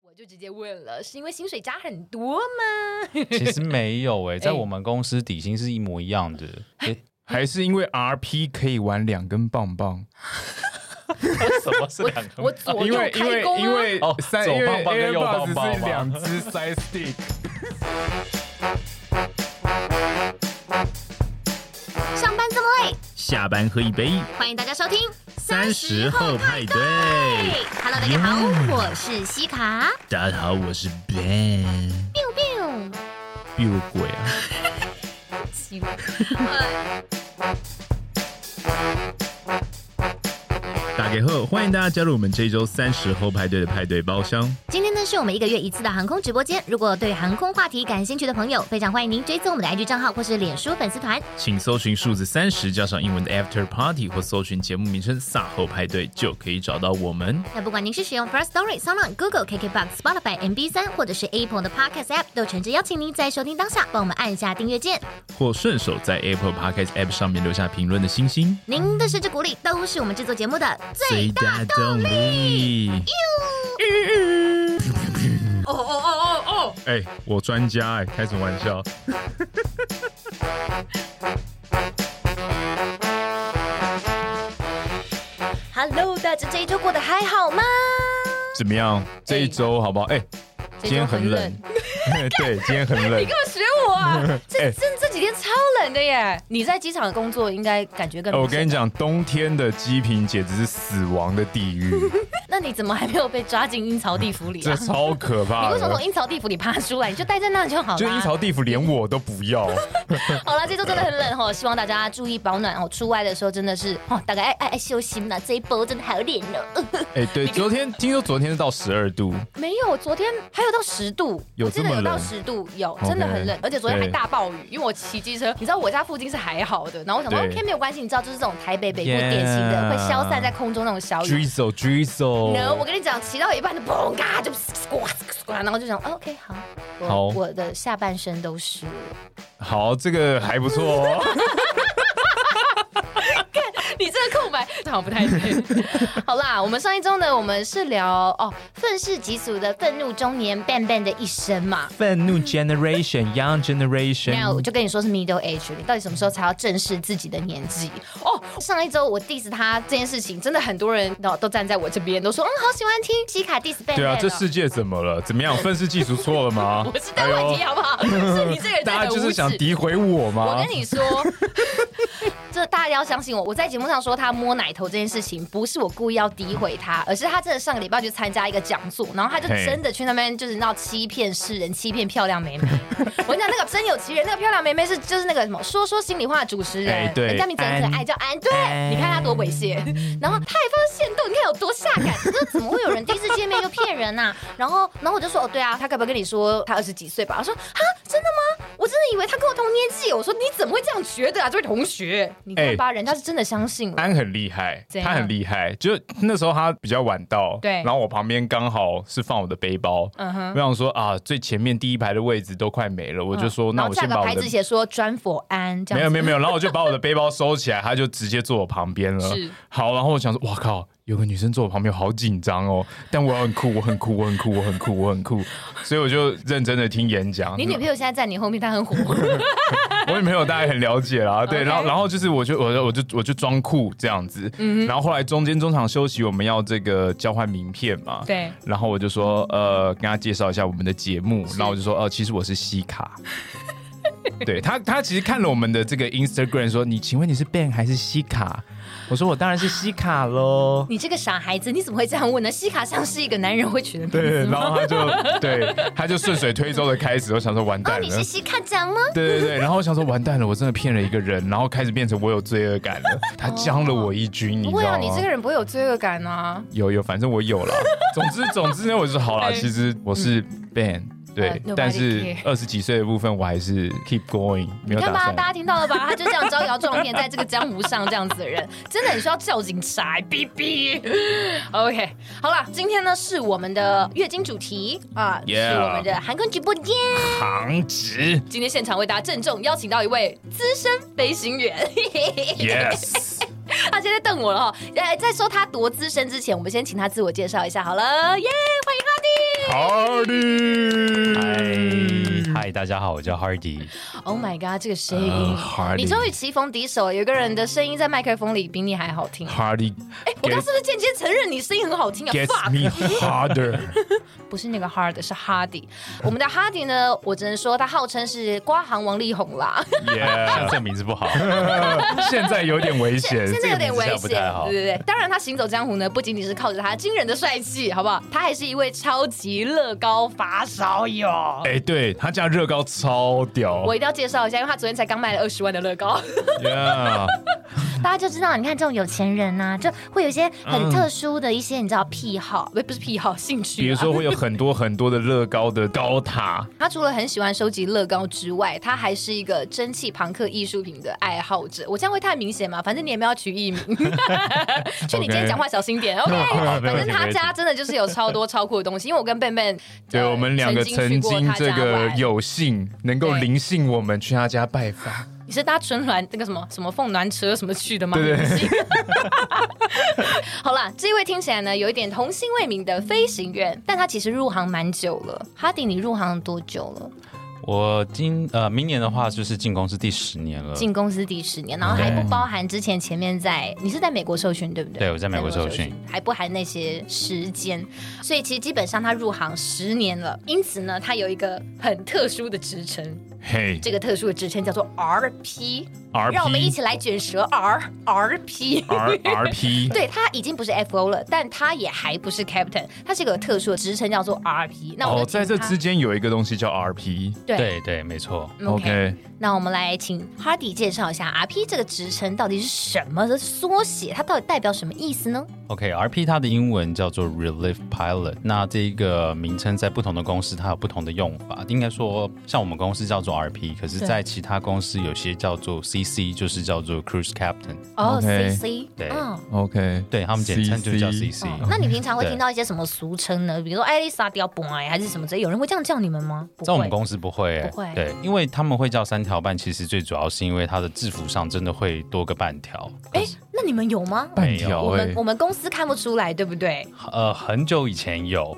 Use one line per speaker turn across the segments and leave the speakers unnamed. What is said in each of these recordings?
我就直接问了，是因为薪水加很多 吗？
其实没有诶、在
哎
我们公司底薪是一模一样的。
还是因为 RP 可以玩两根棒棒，
什么是两个？
我左
因
右
为因
开
为
弓
因
啊！
为
哦
三
左
因为
棒棒跟右棒棒啊
Airbus 是
吗
两只 side stick，
上班这么累，
下班喝一杯，
欢迎大家收听
三十后派对。嗯
嘿 Hello，大家好，我是西卡。
大家好，我是 Ben。
biu biu
比我鬼啊！
啊
奇怪，
打给后，欢迎大家加入我们这一周三十后派对的派对包厢。
今天呢是我们一个月一次的航空直播间。如果对航空话题感兴趣的朋友，非常欢迎您追踪我们的 IG 账号或是脸书粉丝团。
请搜寻数字三十加上英文的 After Party，或搜寻节目名称“撒后派对”，就可以找到我们。
那不管您是使用 First Story、s o n Google、KKBox、Spotify、MB 三，或者是 Apple 的 Podcast App，都诚挚邀请您在收听当下帮我们按下订阅键。
或顺手在 Apple Podcast App 上面留下评论的星星，
您的支持鼓励都是我们制作节目的最大动力。
力。
哎
嗯
哦哦哦哦
哎、我专家哎、开什么玩笑？
！Hello，大家这一周过得还好吗？
怎么样？这一周好不好？哎、今天很冷，哎对，今天很 冷
你。干嘛学我啊？这
哎
这这几天超冷的耶！你在机场的工作应该感觉更……
哎我跟你，讲，冬天的机坪简直是死亡的地 狱，
那你怎么还没有被抓进阴曹地府里
这
啊？
超可
你
怕
为什么
的
从。阴曹地府里爬出来？你就待在那就好了。
就阴曹地府连我都不 要，
好了，这周真的很冷哦，希望大家注意保暖哦。出外的时候真的 是哦，大概爱爱爱休息啦。这一波真的好冷哦。呃
哎、对，昨天听说昨天是到十二度，
没有，昨天还有到十度，
有
我记得
这么
有到
冷
十度，有
OK
真的很冷，而且昨天还
对
大暴雨，因为我骑机车，你知道我家附近是还好的，然后我想说
对
OK 没有关系，你知道就是这种台北北部典型的
Yeah
会消散在空中那种小雨。
drizzle drizzle，
no，我跟你讲，骑到一半就嘣嘎就唰唰，然后就想 OK 好，我
好
我的下半身都湿了。
好，这个还不错 哦。
你这个空白 好像不太对。 好啦，我们上一周呢，我们是聊哦愤世嫉俗的愤怒中年 ban ban 的一生嘛。
愤怒 Generation Young Generation，
那我就跟你说是 middle age，你到底什么时候才要正视自己的年纪？哦，上一周我 diss 他这件事情，真的很多人都都站在我这边，都说嗯，好喜欢听西卡 diss 贝贝。？
对啊，这世界怎么了？怎么样？愤世嫉俗错了吗
哦
哎
我是在问题好不好？是你这个人真的
大家
很
就
无
是
耻
想啊诋毁我
我
吗
跟？ 你说，这大家要相信我。我在节目上说他摸奶头这件事情，不是我故意要诋毁他，而是他真的上个礼拜去参加一个讲座，然后他就
嘿
真的去那边就是闹欺骗世人、欺骗漂亮妹 妹。我跟你讲，那个真有其人，那个漂亮妹妹是就是那个什么说说心里话的主持人，
哎对
人家名字很可爱，
安
叫安。对，
安
你看他多猥 亵，然后他还发现动，你看有多下感。
这怎么会有人第一次见面就骗人呐、
啊然后，然后我就说，哦，对啊，他该不会跟你说他二十几岁吧？我说，哈，真的吗？我真的以为他跟我同年纪。我说，你怎么会这样觉得啊？这位同学，你看吧，人家是真的相信了。
哎安很厉害，
怎样
他很厉害。就那时候他比较晚到，
对
然后我旁边刚好是放我的背包，
嗯哼嗯
我想说啊，最前面第一排的位置都快没了，我就说、那
然后
我
下
先
个
把我
牌
的
子写说专佛安这
没有
样子。
没有没有，然后我就把我的背包收 起来，他就直接坐我旁边了。
是，
好，然后我想说，哇靠，有个女生坐我旁边，我好紧张哦，但我要很酷，我很酷，我很酷，我很酷，我很酷，所以我就认真的听演讲。
你女朋友现在在你后面，她很火。
我女朋友大概很了解啦，对，
OK
然后然后就是我就我就我就我就装酷这样子，
嗯
然后后来中间中场休息，我们要这个交换名片嘛，
对
然后我就说呃，跟他介绍一下我们的节目，然后我就说呃，其实我是西卡。 对他，他其实看了我们的这个 Instagram，说你，请问你是 Ben 还是西卡？我说我当然是西卡喽。
你这个傻孩子，你怎么会这样问呢？西卡像是一个男人会取的名字
对，然后他就对，他就顺水推舟的开始，我想说完蛋
哦，
了。
你是西卡讲吗？
对对对，然后我想说完蛋了，我真的骗了一个人，然后开始变成我有罪恶感了，他将了我一军，你
不
知
会
道
啊，
吗？
你这个人不会有罪恶感啊。
有有，反正我有了。总之总之呢，我就说好了，
对
其实我是 ban。
呃
对，
nobody
但是
care
二十几岁的部分，我还是 keep going，
你
没有
看吧，
打
大
算。
家听到了吧？他就这样招摇撞骗，在这个江湖上这样子的人，真的很需要叫警察，哔哔。OK，好啦，今天呢是我们的月经主题啊
Yeah
是我们的韩坤直播间。
糖 值
今天现场为大家郑重邀请到一位资深飞行员，
，yes，
他现在瞪我了哈。哎，在说他多资深之前，我们先请他自我介绍一下好了。耶、欢迎哈迪。
好，
嗨
Hardy，
哎嗨，大家好，我叫 Hardy。
Oh my god，这个声音
呃，Hardy
你终于棋逢敌手了。有一个人的声音在麦克风里比你还好听。
Hardy
哎，我刚是不是间接承认你声音很好听啊
gets
？fuck，
me harder。
不是那个 hard，是 hardy。我们的 hardy 呢，我只能说他号称是瓜行王力宏啦，
像这个名字不好，
现在有点危险，
现在有点危
这个名
险，
字不太好
对对对。当然，他行走江湖呢，不仅仅是靠着他惊人的帅气，好不好？他还是一位超级乐高发烧友。
哦
哎、对他家热高超屌
我一定要介绍一下，因为他昨天才刚卖了二十万的乐高。
，Yeah，
大家就知道，你看这种有钱人
啊
呐、就会有一些很
嗯
特殊的一些你知道癖好，
不不是癖好，兴趣、啊。
比如说会有很多很多的乐高的高塔，
他除了很喜欢收集乐高之外，他还是一个蒸汽朋克艺术品的爱好者。我这样会太明显吗？反正你也没有取艺名， 就你今天讲话小心点。OK，反 正他家真的就是有超多超酷的东西。因为我跟贝贝，
对
呃
我们两个曾
去过
经
他
这
家
个
玩，
有幸能够
对
灵性，我们去他家拜访，
你是搭春暖那个什么什么凤暖车什么去的吗？
对对
对。 好啦，这一位听起来呢有一点童心未泯的飞行员，但他其实入行蛮久了。哈迪，你入行多久了？
我今呃明年的话就是进公司第十年了。
进公司第十年，然后还不包含之前前面在你是在美国受训对不对？
嗯对我在美国受训，
还不含那些时间，所以其实基本上他入行十年了。因此呢，他有一个很特殊的职称，
嘿、
这个特殊的职称叫做 RP。
r
让我们一
p
起来卷舌 R RP。
R R P，
对他已经不是 FO 了，但他也还不是 Captain，他是一个特殊的职称叫做 RP。那我
哦，
们
在这之间有一个东西叫 R P，
对
对对，没错。
OK，
OK，
那我们来请 Hardy 介绍一下 RP 这个职称到底是什么的缩写，它到底代表什么意思呢？
OK，RP、它的英文叫做 Relief Pilot，那这个名称在不同的公司它有不同的用法。应该说，像我们公司叫做 RP，可是
对
在其他公司有些叫做 CC，就是叫做 Cruise Captain，
哦
OK
，CC，
对嗯
嗯
OK，
对他们简称就叫 CC。
哦那你平常会
对
听到一些什么俗称呢？比如说艾丽莎雕崩哎，还是什么之类，有人会这样叫你们吗？不会
在我们公司不会、欸，
不会
对，因为他们会叫三条半，其实最主要是因为它的制服上真的会多个半条。
哎，那你们有吗？
半
我
条哎、
们我们公司看不出来，对不对？
呃，很久以前有，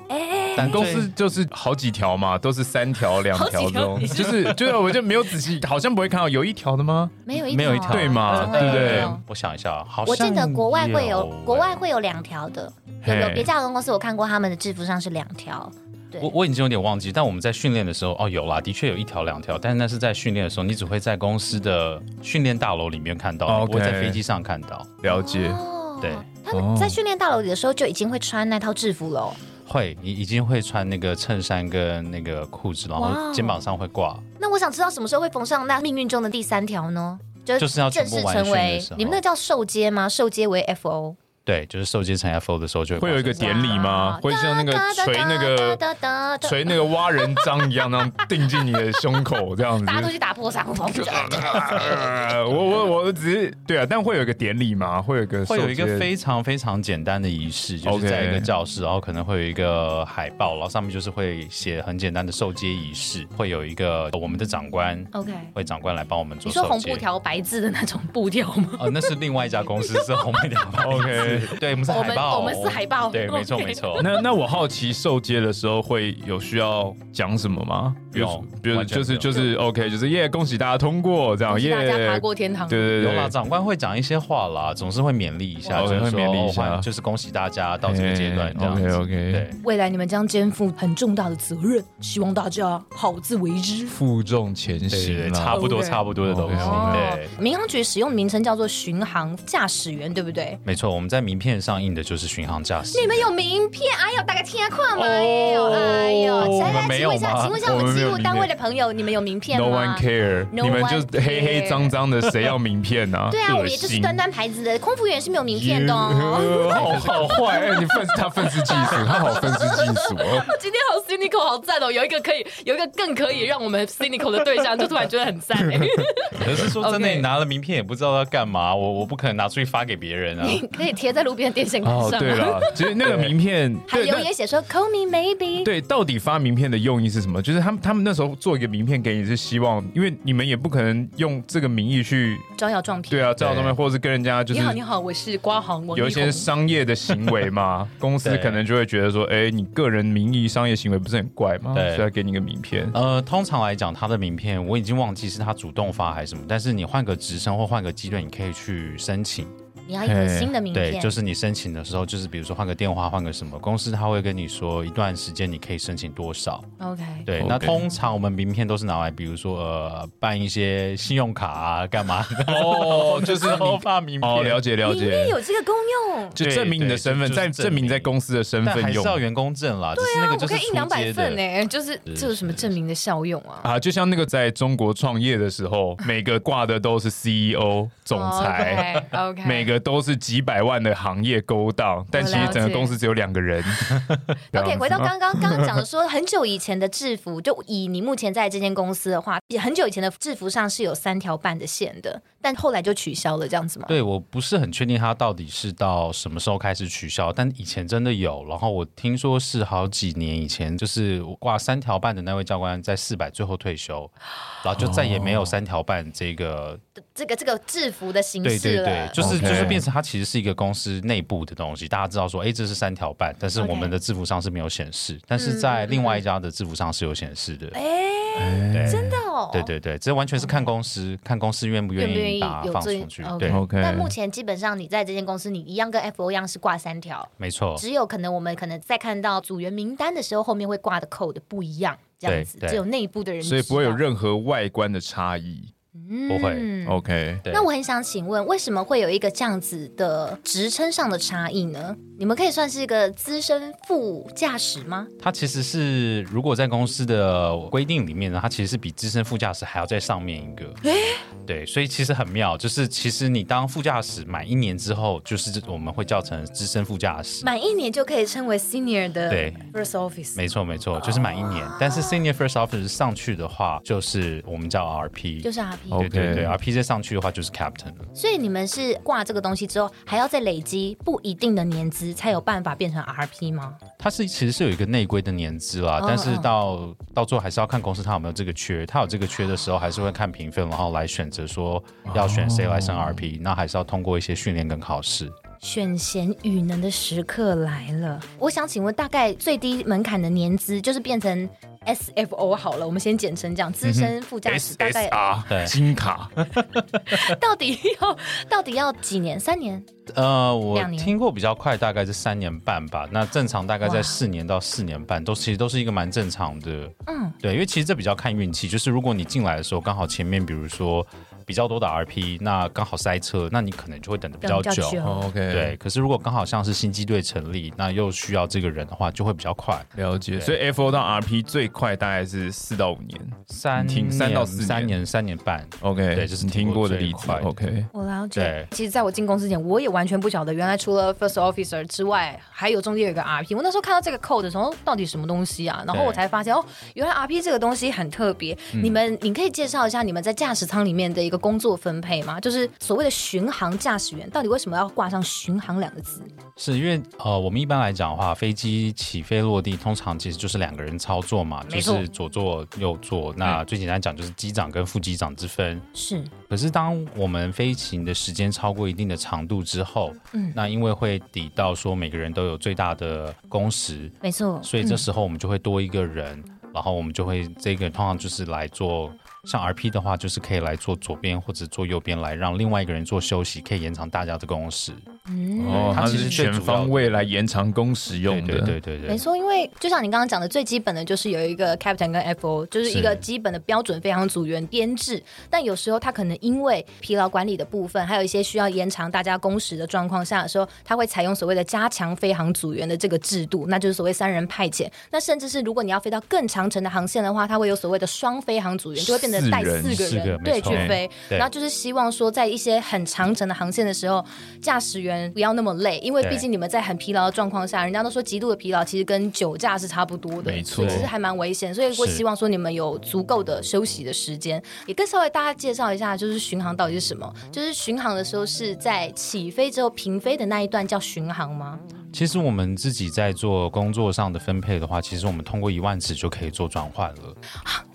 但
公
最
司就是好几条嘛，都是三条、两条
好几
这
条
种，
你
就是就是，我就没有仔细，好像不会看到有一条的吗？
没有一
没有一条
对嘛
嗯
对不对
没有
我想一下，啊好像
我记得国外会有
欸
国外会有两条的，
嘿
对有别家航空公司我看过他们的制服上是两条，对
我我已经有点忘记，但我们在训练的时候，哦，有啦，的确有一条两条，但是那是在训练的时候，你只会在公司的训练大楼里面看到，你不会
OK
在飞机上看到。
了解，
哦
对，
他们在训练大楼里的时候就已经会穿那套制服了哦。
会，你已经会穿那个衬衫跟那个裤子，然
哇
后
哦
肩膀上会挂。
那我想知道什么时候会缝上那命运中的第三条呢？就
就是要全
正
部
式
完
成
训的
为
时候
你们那叫受接吗？受接为 FO，
对，就是受接成 FO 的时候就
会有一个
发生
典礼
啊
吗？会像那个锤那个
哒哒哒
锤那个挖人杖一样，那样定进你的胸口这样 子
大。家都去打破伤 风。
呃我我我只是对啊，但会有一个典礼吗？会有一个
会有一
受戒
个非常非常简单的仪式，就
OK
是在一个教室，然后可能会有一个海报，然后上面就是会写很简单的受接仪式，会有一个呃我们的长官
OK，
会长官来帮我们
你
做
说
受
红
接
布。条白字的那种布条吗？
哦，那是另外一家公司是红布条。
哦 OK。
对，我们是
我
海
们
报，
我们是海报
对，没错
OK
没错。
那那我好奇受戒的时候会有需要讲什么吗？比如
有
比如
完全
就是
没有
就是就是 OK，就是耶，恭喜大家通过这样
是
哦耶，
大家爬
对
过天堂。
对
有
对
啦，
对，
长官会讲一些话啦，总是会勉励一下，
哦
就是
会
说
勉励一下
哦欢就是恭喜大家到这个阶段这样子。
OK OK，
对，
未来你们将肩负很重大的责任，希望大家好自为之。
负重前
对对
行
对，
啦
差不多差不多的东西。
OK，OK
对，
民航局使用的名称叫做巡航驾驶员，对不对？
没错，我们在名片上印的就是巡航驾驶。
你们有名片？哎呦，大概
啊
天矿嘛！哎
哦
呦，哎呦，来
我
来，
们没
请
有
问一下，
吗
请问一下
我
我
们
们
没
机
有
务
名
单位
片
的朋友，你们有名片
啊
No
吗
one care，
No
你们
one
就黑黑脏脏 的，谁要名片呢、啊？
对啊，我们也就是端
端
端牌子的，空服员是没有名片的哦。
好好坏，哎你愤他愤世嫉俗，他好愤世嫉俗 哦。
今天好 cynical，好赞哦！有一个可以，有一个更可以让我们 cynical 的对象，就突然觉得很 赞。哎
可是说真的，
OK
你拿了名片也不知道要干嘛，我我不可能拿出去发给别人啊。
可以贴在路边的电线杆
哦，
上啊
对
吗？
了，其实那个名片，
还
对
留
那
言写说 “Call me maybe”，
对，到底发名片的用意是什么？就是他们他们那时候做一个名片给你是希望，因为你们也不可能用这个名义去，
招摇撞骗。
对啊，照上面或者是跟人家就是
你好，你好，我是瓜行王力宏。
有一些商业的行为嘛，公司
对
可能就会觉得说，哎，你个人名义商业行为为不是很怪吗？
对
所以要给你一个名片。
呃，通常来讲，他的名片我已经忘记是他主动发还是什么，但是你换个职称或换个机队，你可以去申请。
你要一个新的名
对，
片，
就是你申请的时候，就是比如说换个电话，换个什么，公司他会跟你说一段时间你可以申请多少。
OK。
对
OK
那通常我们名片都是拿来，比如说呃办一些信用卡啊，干嘛的
哦，就是你
都发名片。
哦，了解了
里面
解，
有这个功用，
就
对
证明你的身
对
份，
就
在
是
证明在公司的身
但还
份
是
用
要员工证啦，只是那
啊
个
我
就是
可以印两百份欸
呢、
呢，就是这有什么证明的效用啊？
啊，就像那个在中国创业的 时候，每个挂的都是 CEO 总裁。
哦，OK，
每个都是几百万的行业勾当，但其实整个公司只有两个 人。这样
OK，
子
回到
啊
刚刚刚刚讲 的说，很久以前的制服，就以你目前在这间公司的话，也很久以前的制服上是有三条半的线的，但后来就取消了，这样子吗？
对，我不是很确定它到底是到什么时候开始取消，但以前真的有。然后我听说是好几年以前，就是挂三条半的那位教官在四百最后退休，然后就再也没
哦
有三条半这个。
这个这个制服的形
对对
式
对
了，，
就是
OK
就是变成它其实是一个公司内部的东西，大家知道说，哎，这是三条半，但是
OK 嗯
我们的制服上是没有显示，但是在另外一家的制服上是有显示的。
哎，
对
真的哦，
对。对对，这完全是看公司，看公司愿不愿
愿不愿意
意把它
有
放
这
出去。
OK
对，
OK，
但目前基本上你在这间公司，你一样跟 FO 一样是挂三条，
没错。
只有可能我们可能在看到组员名单的时候，后面会挂的 code 不一样，这样子
对对
只有内部的人知道，
所以不会有任何外观的差异。
不会
嗯
OK，
对
那我很想请问，为什么会有一个这样子的职称上的差异呢？你们可以算是一个资深副驾驶吗？
它其实是，如果在公司的规定里面呢，它其实是比资深副驾驶还要在上面一个。对，所以其实很妙，就是其实你当副驾驶满一年之后，就是我们会叫成资深副驾驶。
满一年就可以称为 senior 的
对
first office。
没错，没
哦
错，就是满一年。但是 senior first officer 上去的话，就是我们叫 RP，
就是 RP，、
哦
对对
OK
对，RP 再上去的话就是 captain 了。
所以你们是挂这个东西之后，还要再累积不一定的年资，才有办法变成 RP 吗？
它是其实是有一个内规的年资啦，
哦
但是到到最后还是要看公司它有没有这个缺，它有这个缺的时候还是会看评分，然后来选择说要选谁来升 RP，、那还是要通过一些训练跟考试。
选贤与能的时刻来了。我想请问，大概最低门槛的年资就是变成 SFO 好了，我们先简称这样，
嗯
资深副驾驶大概
SSR
对
金卡，
到底要到底要几年？三年？
呃，我
两年
听过比较快，大概是三年半吧。那正常大概
哇
在四年到四年半，都其实都是一个蛮正常的。
嗯，
对，因为其实这比较看运气，就是如果你进来的时候刚好前面比如说比较多的 RP，那刚好塞车，那你可能就会等的比较久。
哦 OK，
对，，可是如果刚好像是新机队成立，那又需要这个人的话，就会比较快，
了解。所以 FO 到 RP 最快大概是四到五年。
三
挺三到四年
三年三年半。
OK，
对这是
你听过的
听
例
过
子
最快。的
OK，
我了解
对。
其实，在我进公司前，我也完全不晓得，原来除了 first officer 之外，还有中间有一个 RP。我那时候看到这个 code 的时候，到底什么东西啊？然后
对
我才发现，哦，原来 RP 这个东西很特别。
嗯
你们，你可以介绍一下你们在驾驶舱里面的一个工作分配吗？就是所谓的巡航驾驶员，到底为什么要挂上巡航两个字？
是因为呃，我们一般来讲的话，飞机起飞落地通常其实就是两个人操作嘛，
没
就
错嗯
是左座右座。那最简单讲就是机长跟副机长之分。
是
可是当我们飞行的时间超过一定的长度之后，
嗯
那因为会抵到说每个人都有最大的工时，
没错，
所以这时候我们就会多一个人，然后我们就会这个通常就是来做，像 RP 的话，就是可以来做左边或者做右边，来让另外一个人做休息，可以延长大家的工时。
嗯。
哦，
它
它
其
是
实最主要
全
的
方位来延长工时用
对
的。
对对对
没
对，
错，因为就像你刚刚讲的，最基本的就是有一个 captain 跟 FO，就是一个
是
基本的标准飞行组员编制。但有时候他可能因为疲劳管理的部分，还有一些需要延长大家工时的状况下的时候，他会采用所谓的加强飞行组员的这个制度，那就是所谓三人派遣。那甚至是如果你要飞到更长程的航线的话，它会有所谓的双飞行组员，就会变成带
四人
四个
四
人
个
对
没
去
错
飞。
对
然后就是希望说，在一些很长程的航线的时候，驾驶员不要那么累，因为
对
毕竟你们在很疲劳的状况下，人家都说极度的疲劳其实跟酒驾是差不多的，
没错
其实还蛮危险，所以会
是
希望说你们有足够的休息的时间。也跟稍微大家介绍一下，就是巡航到底是什么？就是巡航的时候是在起飞之后平飞的那一段叫巡航吗？
其实我们自己在做工作上的分配的话，其实我们通过一万尺就可以做转换了。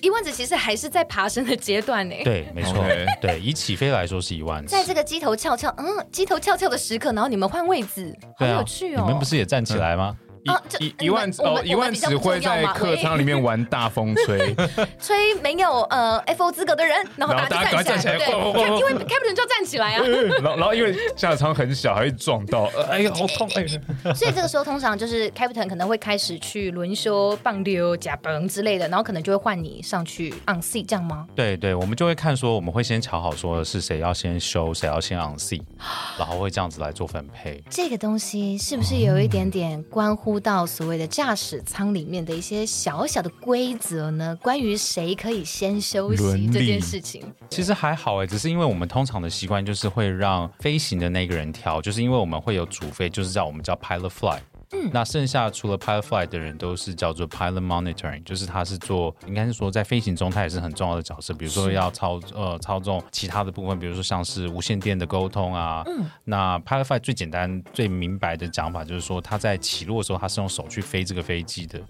一万子其实还是在爬升的阶段欸呢。
对，没错
OK，
对，以起飞来说是一万尺。
在这个鸡头翘翘，嗯，鸡头翘翘的时刻，然后你们换位置，好
对啊
有趣哦！
你们不是也站起来吗？
哦这
一一
你
一万
们
词
我
哦
们
一
我们
万
比较
词
不重
会
要
在
嘛
客
喂
舱里面玩大风吹，
吹没有呃 FO 资格的人，然后
然后
大家
大家
就站起来，
哎
赶快站起来
哦
哇哇哇
对，看 因为 Captain 就要站起来啊，
然后然后因为下舱很小，还会撞到，呃哎呀好痛哎呀！
所以这个时候通常就是 Captain 可能会开始去轮休、棒溜、假崩之类的，然后可能就会换你上去 on C 这样吗？
对对，我们就会看说，我们会先瞧好说是谁要先修，谁要先 on C，然后会这样子来做分配。
这个东西是不是有一点点关乎到所谓的驾驶舱里面的一些小小的规则呢？关于谁可以先休
伦理
息这件事情，
其实还好哎，只是因为我们通常的习惯就是会让飞行的那个人挑，就是因为我们会有主飞，就是叫我们叫 pilot fly。嗯，那剩下除了 pilot fly 的人都是叫做 pilot monitoring，就是他是做，应该是说在飞行中他也是很重要的角色，比如说要操呃操纵其他的部分，比如说像是无线电的沟通啊。嗯，那 pilot fly 最简单最明白的讲法就是说，他在起落的时候他是用手去飞这个飞机的，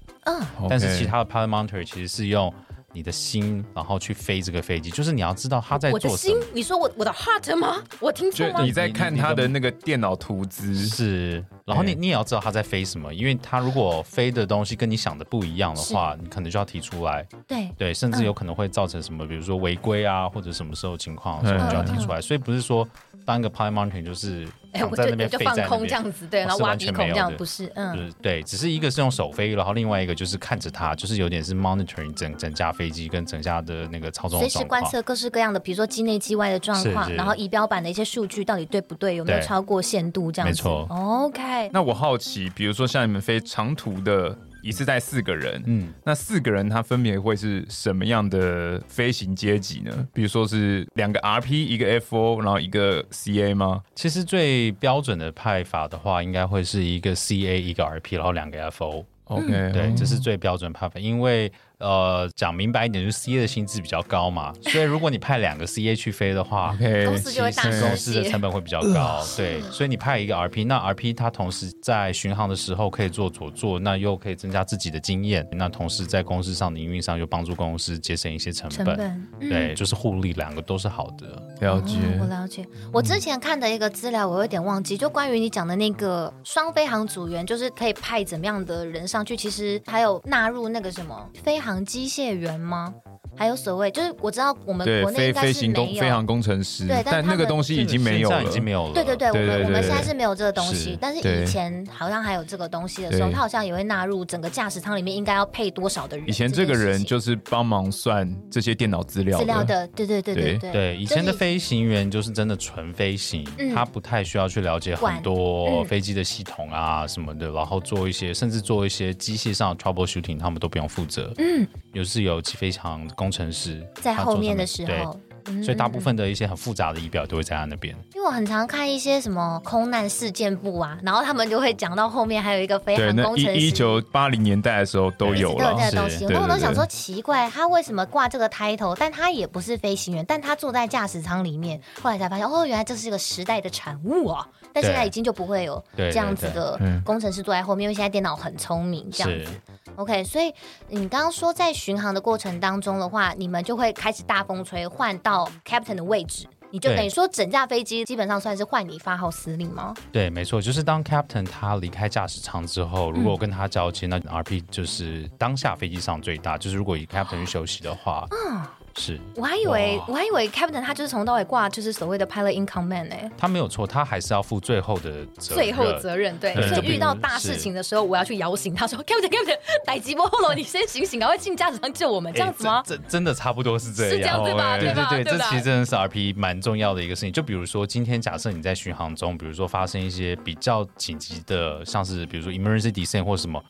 但是其他的 pilot monitor 其实是用你的心，然后去飞这个飞机，就是你要知道他在
我的
做什
心
么。，
你说我我的 heart 吗？我听错
就
吗
你？在看他的那个电脑图资，
是，然后你
哎
你也要知道他在飞什么，因为他如果飞的东西跟你想的不一样的话，你可能就要提出来，
对，
对，甚至有可能会造成什么，比如说违规啊，或者什么时候情况，所以
嗯
你就要提出来。所以不是说当一个 pilot monitor 就是
哎，
躺
我
在
就
那
我
边
就
飞
放
在那
空这
边，
样子，对，
哦
然后
是
挖
完
鼻
全
孔
没
这
有
样，
的
不是，
就
嗯，
是对，只是一个是用手飞，然后另外一个就是看着他，就是有点是 monitoring 整整架飞机跟整架的那个操纵的
随时
状
观
况。
测各式各样的，比如说机内机外的状况
是，是
然后仪表板的一些数据到底对不对，有没有
对
超过限度这样子。
没错
OK，
那我好奇，比如说像你们飞长途的，一次带四个人，
嗯，
那四个人他分别会是什么样的飞行阶级呢？比如说是两个 RP，一个 FO，然后一个 CA 吗？
其实最标准的派法的话，应该会是一个 CA 一个 RP，然后两个 FO。
OK，、
对，这是最标准派法，因为呃讲明白一点，就是 CA 的薪资比较高嘛，所以如果你派两个 CA 去飞的话。
OK，呃
公司就会大
其实公
吃
司的
血
成本会比较高，对，所以你派一个 RP，那 RP 它同时在巡航的时候可以做佐助，那又可以增加自己的经验，那同时在公司上的营运上又帮助公司节省一些成
成
本，
本。
对，就是互利，两个都是好的。
了解。
哦我了解，我之前看的一个资料，我有点忘记，就关于你讲的那个双飞航组员，就是可以派怎么样的人上去，其实还有纳入那个什么飞航机械员吗？还有所谓，就是我知道我们
对，
呃国内
飞
应该
飞
是
行工
没有
飞。行工程师，
对但
但那
他
个
们
东西已经没有
现在
了，
已经没有了，
对对对，我
对对
们我们
对
现在是没有这个东西
是，
但是
对
以前好像还有这个东西的时候，
对
他好像也会纳入整个驾驶舱里面应该要配多少的人。
以前这
这
个
件事
人
情
就是帮忙算这些电脑资料
资料的，对对对对对
对，以前的
就是
飞行员就是真的纯飞行，
嗯
他不太需要去了解很
管
多
嗯
飞机的系统啊什么的，然后做一些甚至做一些机械上的 troubleshooting，他们都不用负责。嗯，有是有飞行工程师
在
他
后
做他
面的
们
时
对
候，嗯
所以大部分的一些很复杂的仪表都会在他那边。
因为我很常看一些什么空难事件部啊，然后他们就会讲到后面还有一个飞
对，
航
那
工程师，
一一九八零年代的时候都有
都有
了
这，个东西。
是
那我
对
都
对
想
对
说奇怪，他为什么挂这个 title？但他也不是飞行员，但他坐在驾驶舱里面。后来才发现，哦，原来这是一个时代的产物啊！但现在已经就不会有
对
这样子的
对对对
工程师坐在后面，因为现在电脑很聪明，这样
是
子。OK，所以你刚刚说在巡航的过程当中的话，你们就会开始大风吹，换到 captain 的位置，你就
对
等于说整架飞机基本上算是换你发号司令吗？
对，没错，就是当 captain 他离开驾驶舱之后，如果
嗯
跟他交接，那 RP 就是当下飞机上最大，就是如果以 captain 去休息的话，嗯，
啊
是
我还以为
哇
我还以为 captain 他就是从头到尾挂就是所谓的 pilot in command 欸呢、
他没有错，他还是要负最后的责任。
最后责任对，
对
所
就
以
比
遇到大事情的时候，我要去摇醒他说：“Captain Captain，逮吉波后了，你先醒醒，赶快进驾驶舱救我们，这样子吗
欸、这这真的差不多是这样，
是这样对吧
哦
对
对
吧
对
对
这
吧
其实真的是 RP 蛮重要的一个事情。就比如说，今天假设你在巡航中，比如说发生一些比较紧急的，像是比如说 emergency descent 或什么，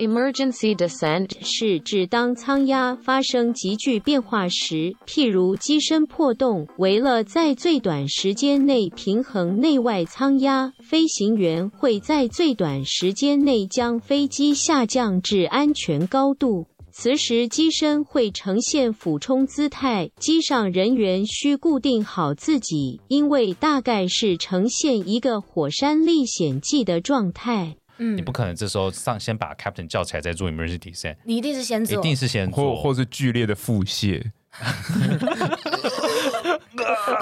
Emergency descent 是指当舱压发生急剧变化时，譬如机身破洞，为了在最短时间内平衡内外舱压，飞行员会在最短时间内将飞机下降至安全高度。此时机身会呈现俯冲姿态，机上人员需固定好自己，因为大概是呈现一个火山历险记的状态。？”
你
嗯
不，可能这时候上先把 captain 叫起来再做 emergency descent，
你一定是先
一
做，
定是先
或
做，
或是剧烈的腹泻，
哎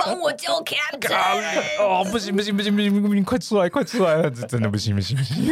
帮我叫 Captain。
哦，不行不行不行不行不行，快出来快出来！这真的不行不行不行。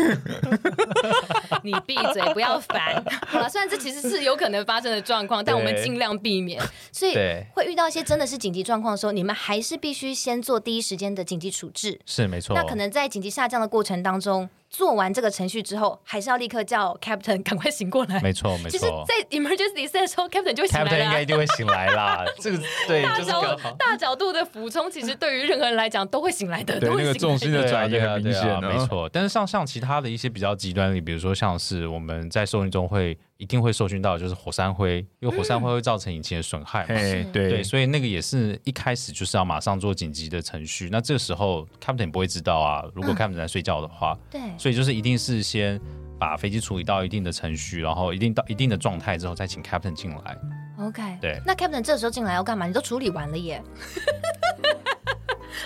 你闭嘴，不要烦。 好了，虽然这其实是有可能发生的状况，但我们
对
尽量避免。所以
对
会遇到一些真的是紧急状况的时候，你们还是必须先做第一时间的紧急处置。
是没错。
那可能在紧急下降的过程当中，做完这个程序之后，还是要立刻叫 Captain 赶快醒过来。
没 错没
其实，
错
在 emergency set 的时候，Captain 就会醒来
Captain
了
应该
啊。
一定会醒来 啦。这个对，
大
就是刚好
角大角度的俯冲，其实对于任何人来讲都会醒来的，
对
都
那
会
个
醒来
重
的。
心的
对啊
转移
对啊
很明
对啊
显啊，
没错。但是像像其他的一些比较极端例，比如说像是我们在受训中会一定会受训到，就是火山灰，因为火山灰会造成引擎的损害嘛。
嘿，
对，
对，
所以那个也是一开始就是要马上做紧急的程序。那这个时候 Captain 不会知道啊，如果 Captain 在睡觉的话，
对，
所以就是一定是先把飞机处理到一定的程序，然后一定到一定的状态之后，再请 Captain 进来。
OK，
对
那 Captain 这时候进来要干嘛？你都处理完了耶。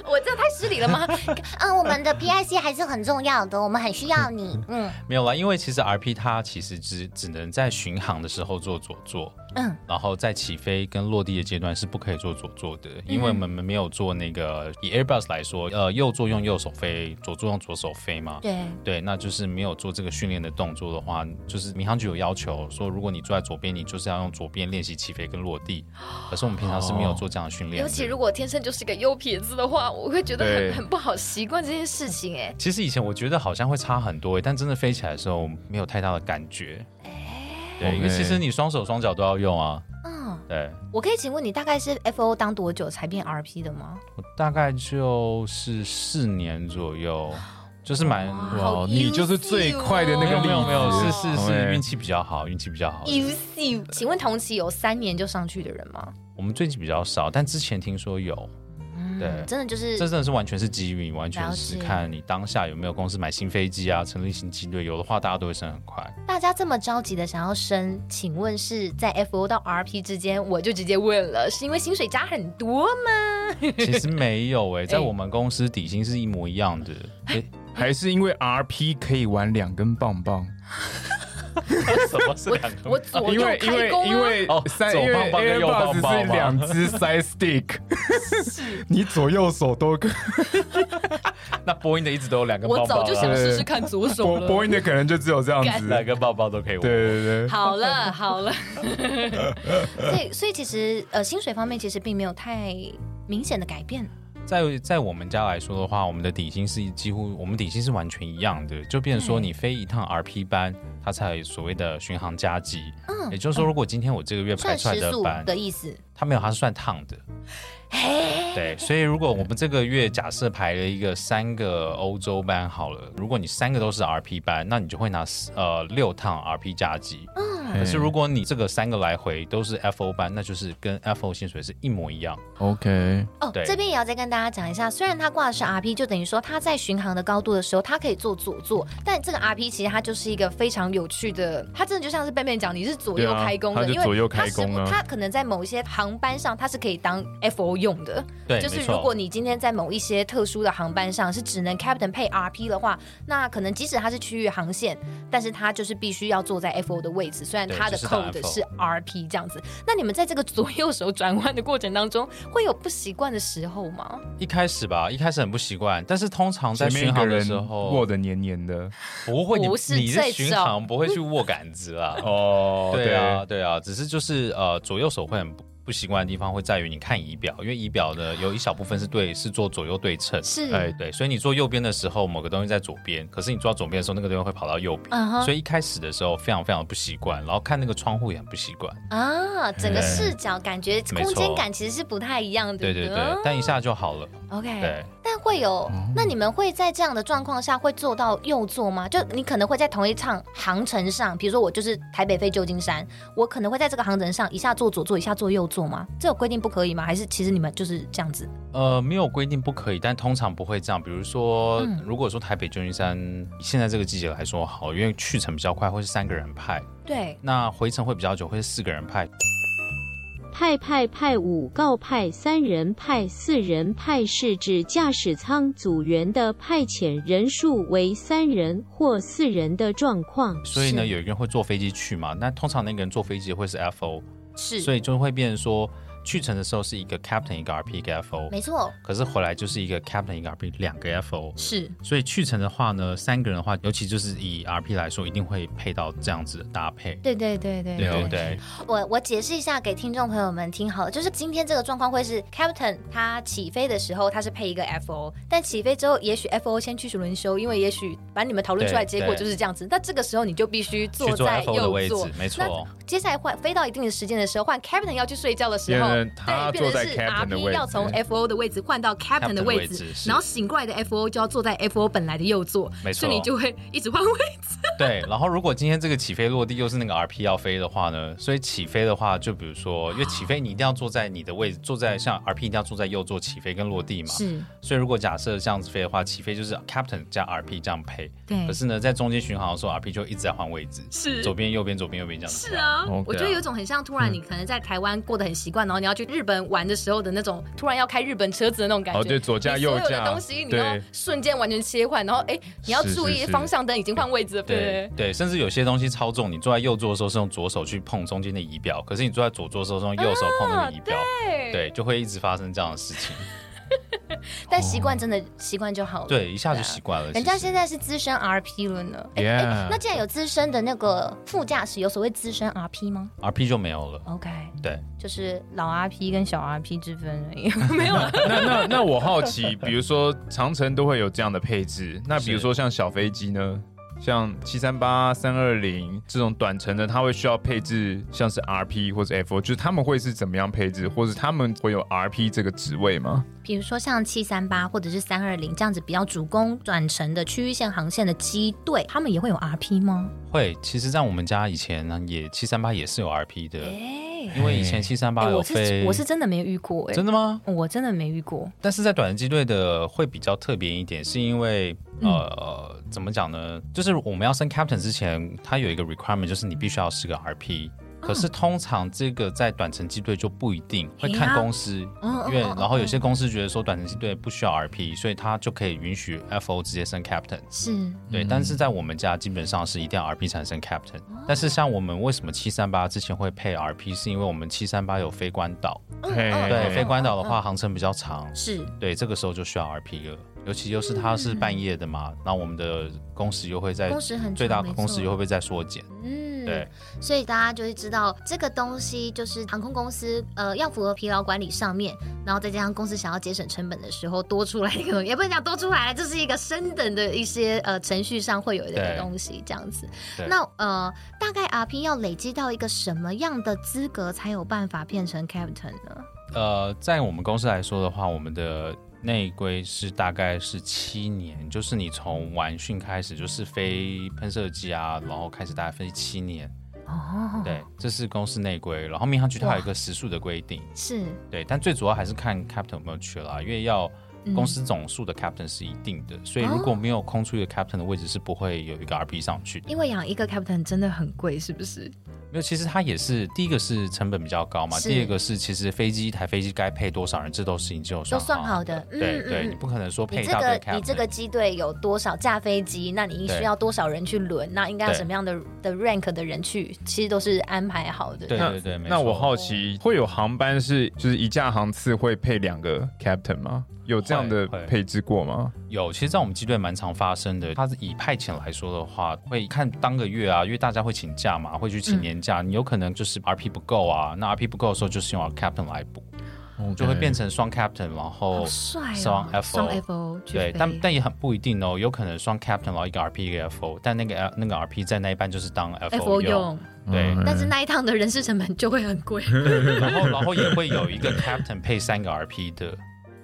我这太失礼了吗？
嗯，我们的 PIC 还是很重要的，我们很需要你。嗯，
没有啦，因为其实 RP 它其实只只能在巡航的时候做左座，
嗯，
然后在起飞跟落地的阶段是不可以做左座的，
嗯
因为我们没有做那个以 Airbus 来说，呃，右座用右手飞，左座用左手飞嘛。
对，
对，那就是没有做这个训练的动作的话，就是民航局有要求说，如果你坐在左边，你就是要用左边练习起飞跟落地。可是我们平常是没
哦
有做这样的训练的。
尤其如果天生就是个右撇子的话，我会觉得
对
很很不好习惯这件事情哎。
其实以前我觉得好像会差很多欸，但真的飞起来的时候没有太大的感觉。对，因为
OK
其实你双手双脚都要用啊。
哎嗯，
对，
我可以请问你大概是 FO 当多久才变 RP 的吗？
我大概就是四年左右，就是蛮
好啊
你就是最快的那
没
个
有
例
没有没有，是
子
是是
OK
运气比较好，运气比较好。
优秀。请问同期有三年就上去的人吗？
我们最近比较少，但之前听说有，
嗯
对。
真的就是
这真的是完全是机遇，完全
了
是
解
看你当下有没有公司买新飞机啊，成立新机队。有的话，大家都会升很 快。
大家这么着急的想要升，请问是在 FO 到 RP 之间，我就直接 问了，是因为薪水加很多吗？
其实没有诶、在我们公司底薪是一模一 样的。诶
还是因为 RP 可以玩两根棒棒，
什么是两个
我左
啊因
右
为因
开
为
工
因
啊，
为
哦
三
左
因
棒
为
棒跟右棒
Airbus
棒
是
吗
两只 side stick，你 左右手都可
那波音的一直都有两个
我
包包、
早
啊，
就想试试看左手
波
了。
波音的可能就只有这样子，
两个
对
包包都可以玩。
对对，
好了 好了，所以所以其实呃薪水方面其实并没有太明显的改变，
在在我们家来说的话，我们的底薪是几乎我们底薪是完全一样的，就变成
嗯
说你飞一趟 RP 班，它才有所谓的巡航加级。嗯，也就是说，如果今天我这个月排
算
出来
时
的
速
班，
的意思。
它没有，它是算趟的。对，所以如果我们这个月假设排了一个三个欧洲班好了，如果你三个都是 RP 班，那你就会拿四呃六趟 RP 加级。嗯，可是如果你这个三个来回都是 FO 班，那就是跟 FO 薪水是一模一样。
哎 OK，
哦，
对
这边也要再跟大家讲一下，虽然它挂的是 RP，就等于说它在巡航的高度的时候，它可以做左座，但这个 RP 其实它就是一个非常有趣的，它真的就像是贝贝讲，你是左右
对啊
开工的，
它就
因为
左右开工啊
它是它可能在某一些航班上，它是可以当 FO 用的，
对，
就是
没
如
错
果你今天在某一些特殊的航班上是只能 Captain 配 RP 的话，那可能即使它是区域航线，但是它就是必须要坐在 FO 的位置，虽然
对
它的
就是当
code
FO
是 RP 这样子。那你们在这个左右手转弯的过程当中，会有不习惯的时候吗？
一开始吧，一开始很不习惯，但是通常在
前面一
巡
个
航的
人
时候，
握的黏黏的，
不会，你
不是
你
这
是巡
种
航不会去握杆子啦。
哦
对啊，，对啊，只是就是呃左右手会很不不习惯的地方会在于你看仪表，因为仪表呢有一小部分是对是做左右对称。
是，
哎
对，所以你坐右边的时候，某个东西在左边，可是你坐到左边的时候，那个东西会跑到右边。
嗯哼
所以一开始的时候非常非常不习惯，然后看那个窗户也很不习惯。
啊，整个视角感觉
哎没
空
错
间感其实是不太一样的。
对对对
嗯，
但一下就好了。
OK，
对，
但会有，那你们会在这样的状况下会做到右座吗？就你可能会在同一趟航程上，比如说我就是台北飞旧金山，我可能会在这个航程上一下坐左座，一下坐右座吗？这有规定不可以吗？还是其实你们就是这样子？
呃，没有规定不可以，但通常不会这样。比如说，如果说台北旧金山以现在这个季节来说好，因为去程比较快，会是三个人派，
对，
那回程会比较久，会是四个人派。
派派派五告派三人派四人派是指驾驶舱组员的派遣人数为三人或四人的状况。
所以呢，有一个人会坐飞机去嘛，那通常那个人坐飞机会是 FO，
是
所以就会变成说，去程的时候是一个 captain 一个 RP 一个 FO，
没错，
可是回来就是一个 captain 一个 RP 两个 FO。
是
所以去程的话呢，三个人的话，尤其就是以 RP 来说，一定会配到这样子的搭配，
对对对对
对不对？
我我解释一下给听众朋友们听好了，就是今天这个状况会是 Captain 他起飞的时候他是配一个 FO，但起飞之后也许 FO 先去轮休，因为也许把你们讨论出来
对
结果
对
就是这样子，那这个时候你就必须
去
坐
做
在
FO 的
右
位置
座。，
没错。
那接下来换飞到一定的时间的时候，换 Captain 要去睡觉的时候，
变成他
对，变
坐
成
在
是
Captain 的
RP
位置
要从 FO 的位置换到 Captain 的位
Captain 的
置
位置，是
然后醒过来的 FO 就要坐在 FO 本来的右座，
没错
所以你就会一直换位
对，然后如果今天这个起飞落地又是那个 RP 要飞的话呢，所以起飞的话，就比如说，因为起飞你一定要坐在你的位置，坐在像 RP 一定要坐在右座起飞跟落地嘛。
是。
所以如果假设这样子飞的话，起飞就是 Captain 加 RP 这样配。
对
可是呢，在中间巡航的时候，RP 就一直在换位置，
是
左边右边左边右边这样子。
是啊
OK 啊
我觉得有一种很像突然你可能在台湾过得很习惯，然后你要去日本玩的时候的那种突然要开日本车子的那种感觉。
哦对左驾
你所有
右
的
驾
东西你都要
啊对
瞬间完全切换，然后哎，你要
是
注
是
意
是
方向灯已经换位置了，对不
对
对？
对，甚至有些东西超重，你坐在右座的时候是用左手去碰中间的仪表，可是你坐在左座的时候是用右手碰那个仪
啊
表，
对
对，就会一直发生这样的事情。
但习惯真的习惯就好了。
哦对，一下就习惯了。
啊人家
其实
现在是资深 RP 了呢。哎
Yeah
哎那既然有资深的那个副驾驶，有所谓资深 RP 吗
RP 就没有了。
？OK，
对，
就是老 RP 跟小 RP 之分 而已，没有了。
那那那我好奇， 比如说长城都会有这样的配置，那比如说像小飞机呢，像七三八、三二零这种短程的，它会需要配置像是 RP 或者 FO，就是他们会是怎么样配置，或者他们会有 RP 这个职位吗？
比如说像七三八或者是三二零这样子比较主攻转乘的区域线航线的机队，他们也会有 RP 吗？
会，其实，在我们家以前呢，也七三八也是有 RP 的，因为以前七三八
哎
有
我是
飞，
我是真的没遇过哎、
真的吗？
我真的没遇过，
但是在短人机队的会比较特别一点，是因为
嗯
呃，怎么讲呢？就是我们要升 captain 之前，它有一个 requirement，就是你必须要是个 RP。可
嗯
是通常这个在短程机队就不一定会
哎呀
看公司，
嗯
因为
嗯嗯
然后有些公司觉得说短程机队不需要 RP，所以它就可以允许 FO 直接升 captain。
是
对，但是在我们家基本上是一定要 RP 产生 captain，、但
哦
是像我们为什么七三八之前会配 RP，是因为我们七三八有飞关岛，
嘿
嗯
对，飞关岛的话航程比较长，
是
对，这个时候就需要 RP 了，尤其又是它是半夜的嘛，那我们的工时又会在
嗯工时很长
最大
没错
工时又会被再缩减，
嗯
对，
所以大家就会知道这个东西就是航空公司呃要符合疲劳管理上面，然后再加上公司想要节省成本的时候多出来一个东西，也不能讲多出来，这是一个升等的一些呃程序上会有的
对
东西这样子
对。
那呃大概 RP 要累积到一个什么样的资格才有办法变成 captain 呢？
呃，在我们公司来说的话，我们的内规是大概是七年，就是你从完训开始，就是飞喷射机啊，然后开始大概飞七年。
哦，
对，这是公司内规，然后民航局它有一个时速的规定，
是
对，但最主要还是看 captain 有没有去啦，因为要公司总数的 captain 是一定的，所以如果没有空出一个 captain 的位置，是不会有一个 RP 上去的。
因为养一个 captain 真的很贵，是不是？
没有，其实它也是第一个是成本比较高嘛，
是
第二个是其实飞机一台飞机该配多少人，这都是已经有
都
算
算好
好。
的，嗯
对
嗯
对，
嗯
你不可能说配
你
一
这
大堆
个
captain。
你这个机队有多少架飞机？那你
对
需要多少人去轮？那应该要
对
什么样的的 rank 的人去？其实都是安排好的。
对
那
对对，没
那我
错
好奇，会有航班是就是一架航次会配两个 captain 吗？有这样的
会会
配置过吗？
有，其实，在我们机队蛮常发生的。它是以派遣来说的话，会看当个月啊，因为大家会请假嘛，会去
嗯
请年假，你有可能就是 RP 不够啊，那 RP 不够的时候，就是用 captain 来补，就会变成双 captain，然后
好帅哦，
双 FO，
双 FO 去
对
飞，
但但也很不一定哦，有可能双 captain 然后一个 RP 一个 FO，但那个 L- 那个 RP 在那一半就是当
FO
FO 用，
用，
对，
但是那一趟的人事成本就会很贵。
然后然后也会有一个 captain 配三个 RP 的，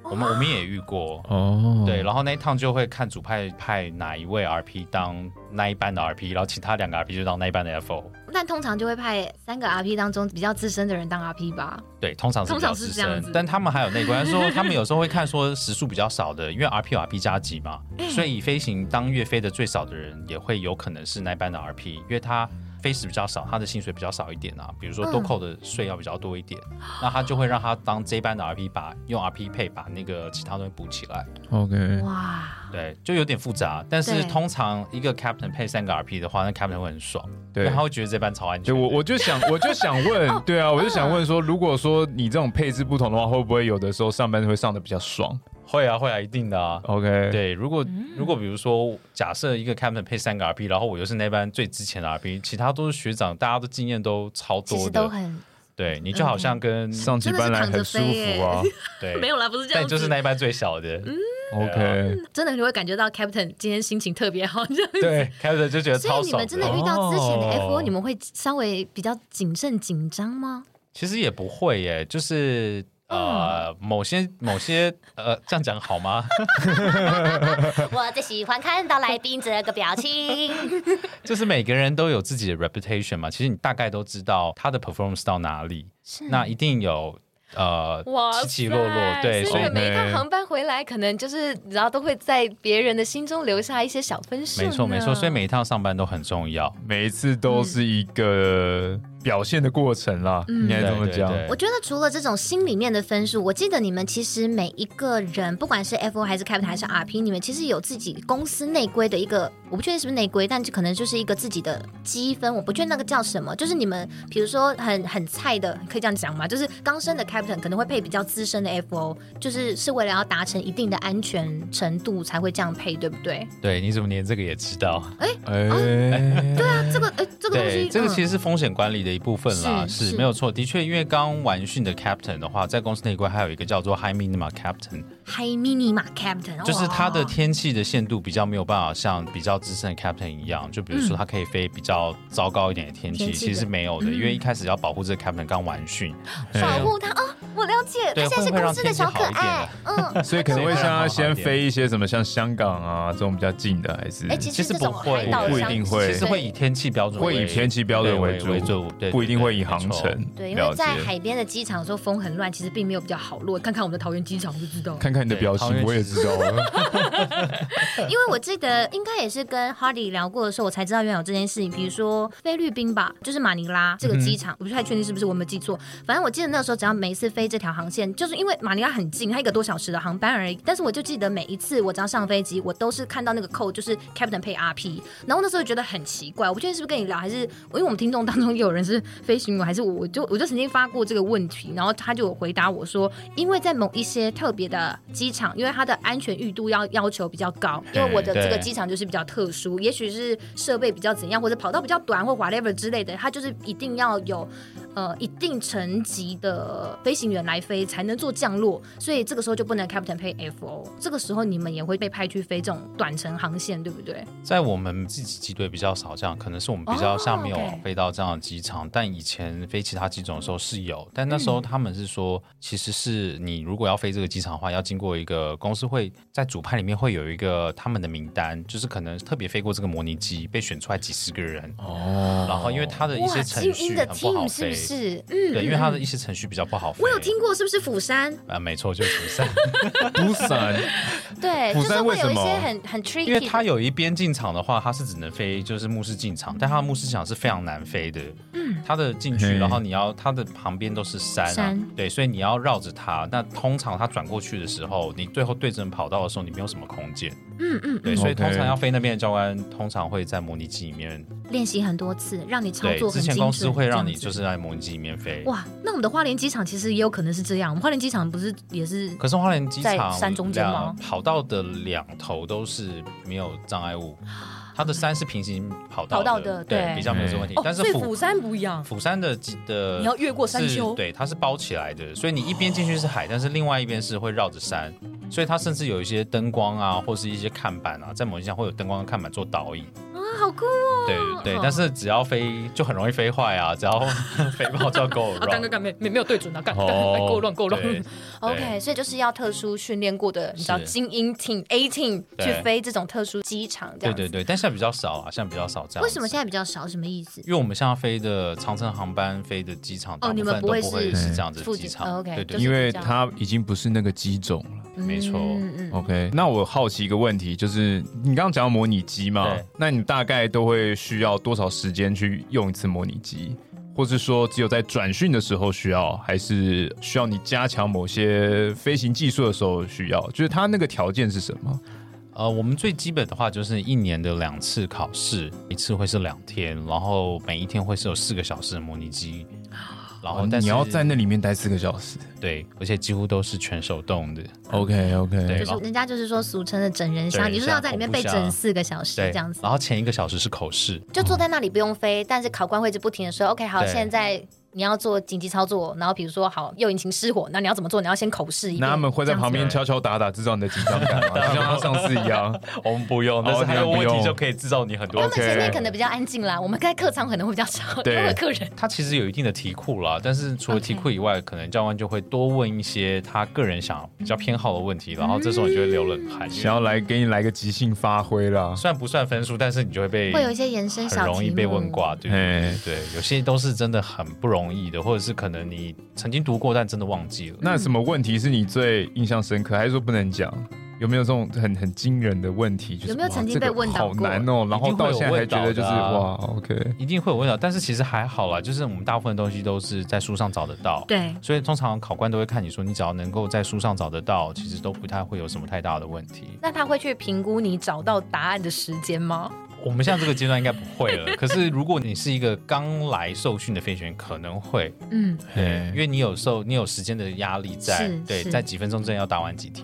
我们我们也遇过，
哦，
对，然后那一趟就会看主派派哪一位 RP 当那一班的 RP，然后其他两个 RP 就当那一班的 FO。
但通常就会派三个 RP 当中比较资深的人当 RP 吧。
对，通常是
通
比较
常是
资
这样
深
子，
但他们还有内观说，他们有时候会看说时数比较少的，因为 RP 有 RP 加级
嗯
嘛，所以以飞行当月飞的最少的人也会有可能是那班的 RP，因为他飞时比较少，他的薪水比较少一点啊，比如
嗯
说多扣的税要比较多一点，那他就会让他当这一班的 RP 把用 RP 配把那个其他东西补起来，
OK，
哇，
对，就有点复杂。但是
对
通常一个 captain 配三个 RP 的话，那 captain 会很爽，因
对
为他会觉得这班超安
对
全的。
我我就想我就想
哦
问，对啊，我就
嗯
想问说，如果说你这种配置不同的话，会不会有的时候上班会上的比较爽
会啊会啊，一定的啊。
？OK，，
对，如果
嗯
如果比如说，假设一个 captain 配三个 RP，然后我又是那班最之前的 RP，其他都是学长，大家都经验都超
其
多
实
的
都，很嗯
对你就好像跟
上起班来很舒服啊。
对
没有啦，不是这样
但
子，嗯
就是那一班最小的，
OK，
啊
真的你会感觉到 Captain 今天心情特 别好，这样
对，开始就觉得
所
超
以你
爽
们真的遇到之前的 FO，、
哦
你们会稍微比较谨慎紧张吗？
其实也不会耶，就是
嗯
呃，某些某些呃，这样讲好吗？
我最喜欢看到来宾这个表情。
就是每个人都有自己的 reputation 嘛，其实你大概都知道他的 performance 到哪里，那一定有呃起起落落，对，
所
所
以
以
你们每一趟
OK
航班回来，可能就是然后都会在别人的心中留下一些小分数。
没错没错，所以每一趟上班都很重要。
每一次都是一个表现的过程啦，
嗯
应该这么
对对
讲。
对
我觉得除了这种心里面的分数，我记得你们其实每一个人，不管是 FO 还是 Captain 还是 RP，你们其实有自己公司内规的一个，我不确定是不是内规，但就可能就是一个自己的积分，我不确定那个叫什么。就是你们比如说很很菜的，可以这样讲吗？就是刚升的 Captain 可能会配比较资深的 FO，就是是为了要达成一定的安全程度才会这样配，对不对？
对，你怎么连这个也知道？
哎，
对啊，这个哎、这个东
对
西，，
这个其
实、
实是风险管理的一部分啦，
是
嗯是
是
没有错。的确，因为刚完训的 captain 的话，在公司内规还有一个叫做 high minima captain，
嗯 High Minima Captain，
就是它的
哇
天气的限度比较没有办法像比较资深的 captain 一样，就比如说它可以飞比较糟糕一点的天气，
嗯天气
其
的嗯哎
实没有的，因为一开始要保护这个 captain 刚完训，
保护他哦，我了解，
对
他现在是
会会让
公司的小可爱， 嗯。
所以可能会像他先飞一些什么，像香港啊这种比较近的，还是
哎，其
其实
实这种
不会
海岛
不一
相
定
机
会
其实会以天气标准为，
会以天气标准为
对为
主
主，对，
不一定
对
会以航。
对没错
程。
对，因
了
为
解
在海边的机场，说风很乱，其实并没有比较好落。看看我们的桃园机场就知道。
看看你的表情，我也知道 啊了。
因为我记得应该也是跟 Hardy 聊过的时候，我才知道原来有这件事情。比如说菲律宾吧，就是马尼拉这个机场，我不太确定是不是我没有记错。反正我记得那时候，只要每一次飞这条航线，就是因为马尼拉很近，它一个多小时的航班而已。但是我就记得每一次我只要上飞机，我都是看到那个扣就是 Captain 配 RP，然后那时候就觉得很奇怪，我不确定是不是跟你聊，还是因为我们听众当中有人是飞行员，还是我我就我就曾经发过这个问题，然后他就有回答我说，因为在某一些特别的机场，因为它的安全裕度要要求比较高，因为我的这个
对
机场就是比较特殊，也许是设备比较怎样，或者跑道比较短或 whatever 之类的，它就是一定要有呃一定层级的飞行员来飞才能做降落，所以这个时候就不能 captain 配 FO，这个时候你们也会被派去飞这种短程航线，对不对？
在我们自己机队比较少这样，可能是我们比较像没有
哦，OK
飞到这样的机场，但以前飞其他机种的时候是有，但那时
嗯
候他们是说，其实是你如果要飞这个机场的话，要经过一个公司会在主派里面会有一个他们的名单，就是可能特别飞过这个模拟机，被选出来几十个人，
哦，
然后因为他的一些程
精英
序
的
很不好
team 是
飞，
不是？嗯，
对，因为他的一些程序比较不好飞。
我有听过，是不是釜山？
啊，没错，就是釜山。
不啊 散，
对，
釜
就
山
是
为
会有
什
一
么
些很很 tricky，
因为它
的
有一边进场的话，它是只能飞就是目视进场，但它的目视进场是非常难飞的。嗯，它的进去，
嗯
然后你要它的旁边都是山啊，
山
对，所以你要绕着它。那通常它转过去的时候，你最后对准跑道的时候，你没有什么空间。
嗯嗯，
对，所以
OK
通常要飞那边的教官，通常会在模拟机里面，
练习很多次，让你操
对，
作
之
很
前
精
公
准。
司会让你
这
就
样子
是在模拟机里面飞。
哇，那我们的花莲机场其实也有可能是这样，我们花莲机场不是也是
可是花莲机
在
场
山中间吗
两跑道的两头都是没有障碍物，它的山是平行跑道
跑道的
对
对，
比较没有这个问题。
哦
但是
所以
虎
釜山不一样，
釜山的机的
你要越过山丘
是对，它是包起来的，所以你一边进去是海，但是另外一边是会绕着山，所以它甚至有一些灯光啊，或是一些看板啊，在某些上会有灯光跟看板做导引。
啊，好酷哦！
对对，但是只要飞就很容易飞坏啊，只要飞爆就要 go
啊，干干
wrong。
干，没没没有对准啊，干干
哦
哎够乱够乱。
对
OK，所以就是要特殊训练过的，你知道
是
精英 team、A team
对
去飞这种特殊机场，这
对
样
对
子
对，但现在比较少啊，现在比较少这样。
为什么现？在比较少？什么意思？
因为我们现在飞的长城航班飞的机场，
哦
大部
你们
分
不
都
会
不会
是
是这样子
附
的机
近
场。
哦，OK，
对对
就是
因
对，
为它已经不是那个机种了。
没错哦
嗯嗯嗯
OK，那我好奇一个问题，就是你刚刚讲到模拟机嘛
对，
那你大概都会需要多少时间去用一次模拟机，或是说只有在转训的时候需要，还是需要你加强某些飞行技术的时候需要？就是它那个条件是什么？
呃，我们最基本的话就是一年的两次考试，一次会是两天，然后每一天会是有四个小时的模拟机，然
哦
后但是
哦你要在那里面待四个小时。
对，而且几乎都是全手动的，
OK OK，
对，
就是
然后
人家就是说俗称的整人箱，
对
你就是要在里面被
像
整四个小时
对哦
这样子。
然后前一个小时是口试，
就
坐在那里不用飞，但是考官会一直不停的说，OK，好，
对
现在
你要做紧急操作，然后比如说好右引擎失火，那你要怎么做？你要先口试一遍。
那他们会在旁边
这样
敲敲打打，制造你的紧张感 吗？就像他上次一样。
我哦们不用，
但
但
是
是
还
还
有
有
问
问
题
题
就
就可以制造你很多。
子。他们前面可能比较安静啦，我们在客舱可能会比较吵，因
对
为有客人。
它其实有一定的题库啦，但是除了题库以外可能教官就会多问一些他个人想比较偏好的问题，然后这时候你就会流冷汗。
嗯
想要来给你来个即兴发挥啦，
虽然不算分数，但是你就会被
会有一些延伸小
很容易
题
被
目
问挂，对
哎
对对，有些都是真的很不容易的，或者是可能你曾经读过但真的忘记了。
那什么问题是你最印象深刻，还是说不能讲？有没有这种很很惊人的问题？就是、
有没有
哇
曾经
这个
被问到
好
过
难哦，然后到现啊在还觉得就是、
一定会有问
哇
到
，OK，
一定会有问到，但是其实还好啦，就是我们大部分东西都是在书上找得到。
对，
所以通常考官都会看你说，你只要能够在书上找得到，其实都不太会有什么太大的问题。
那他会去评估你找到答案的时间吗？
我们现在这个阶段应该不会了，可是如果你是一个刚来受训的飞行员，可能会，
嗯，
对，因为你有受你有时间的压力在
是，
对，
是
在几分钟之内要答完几题，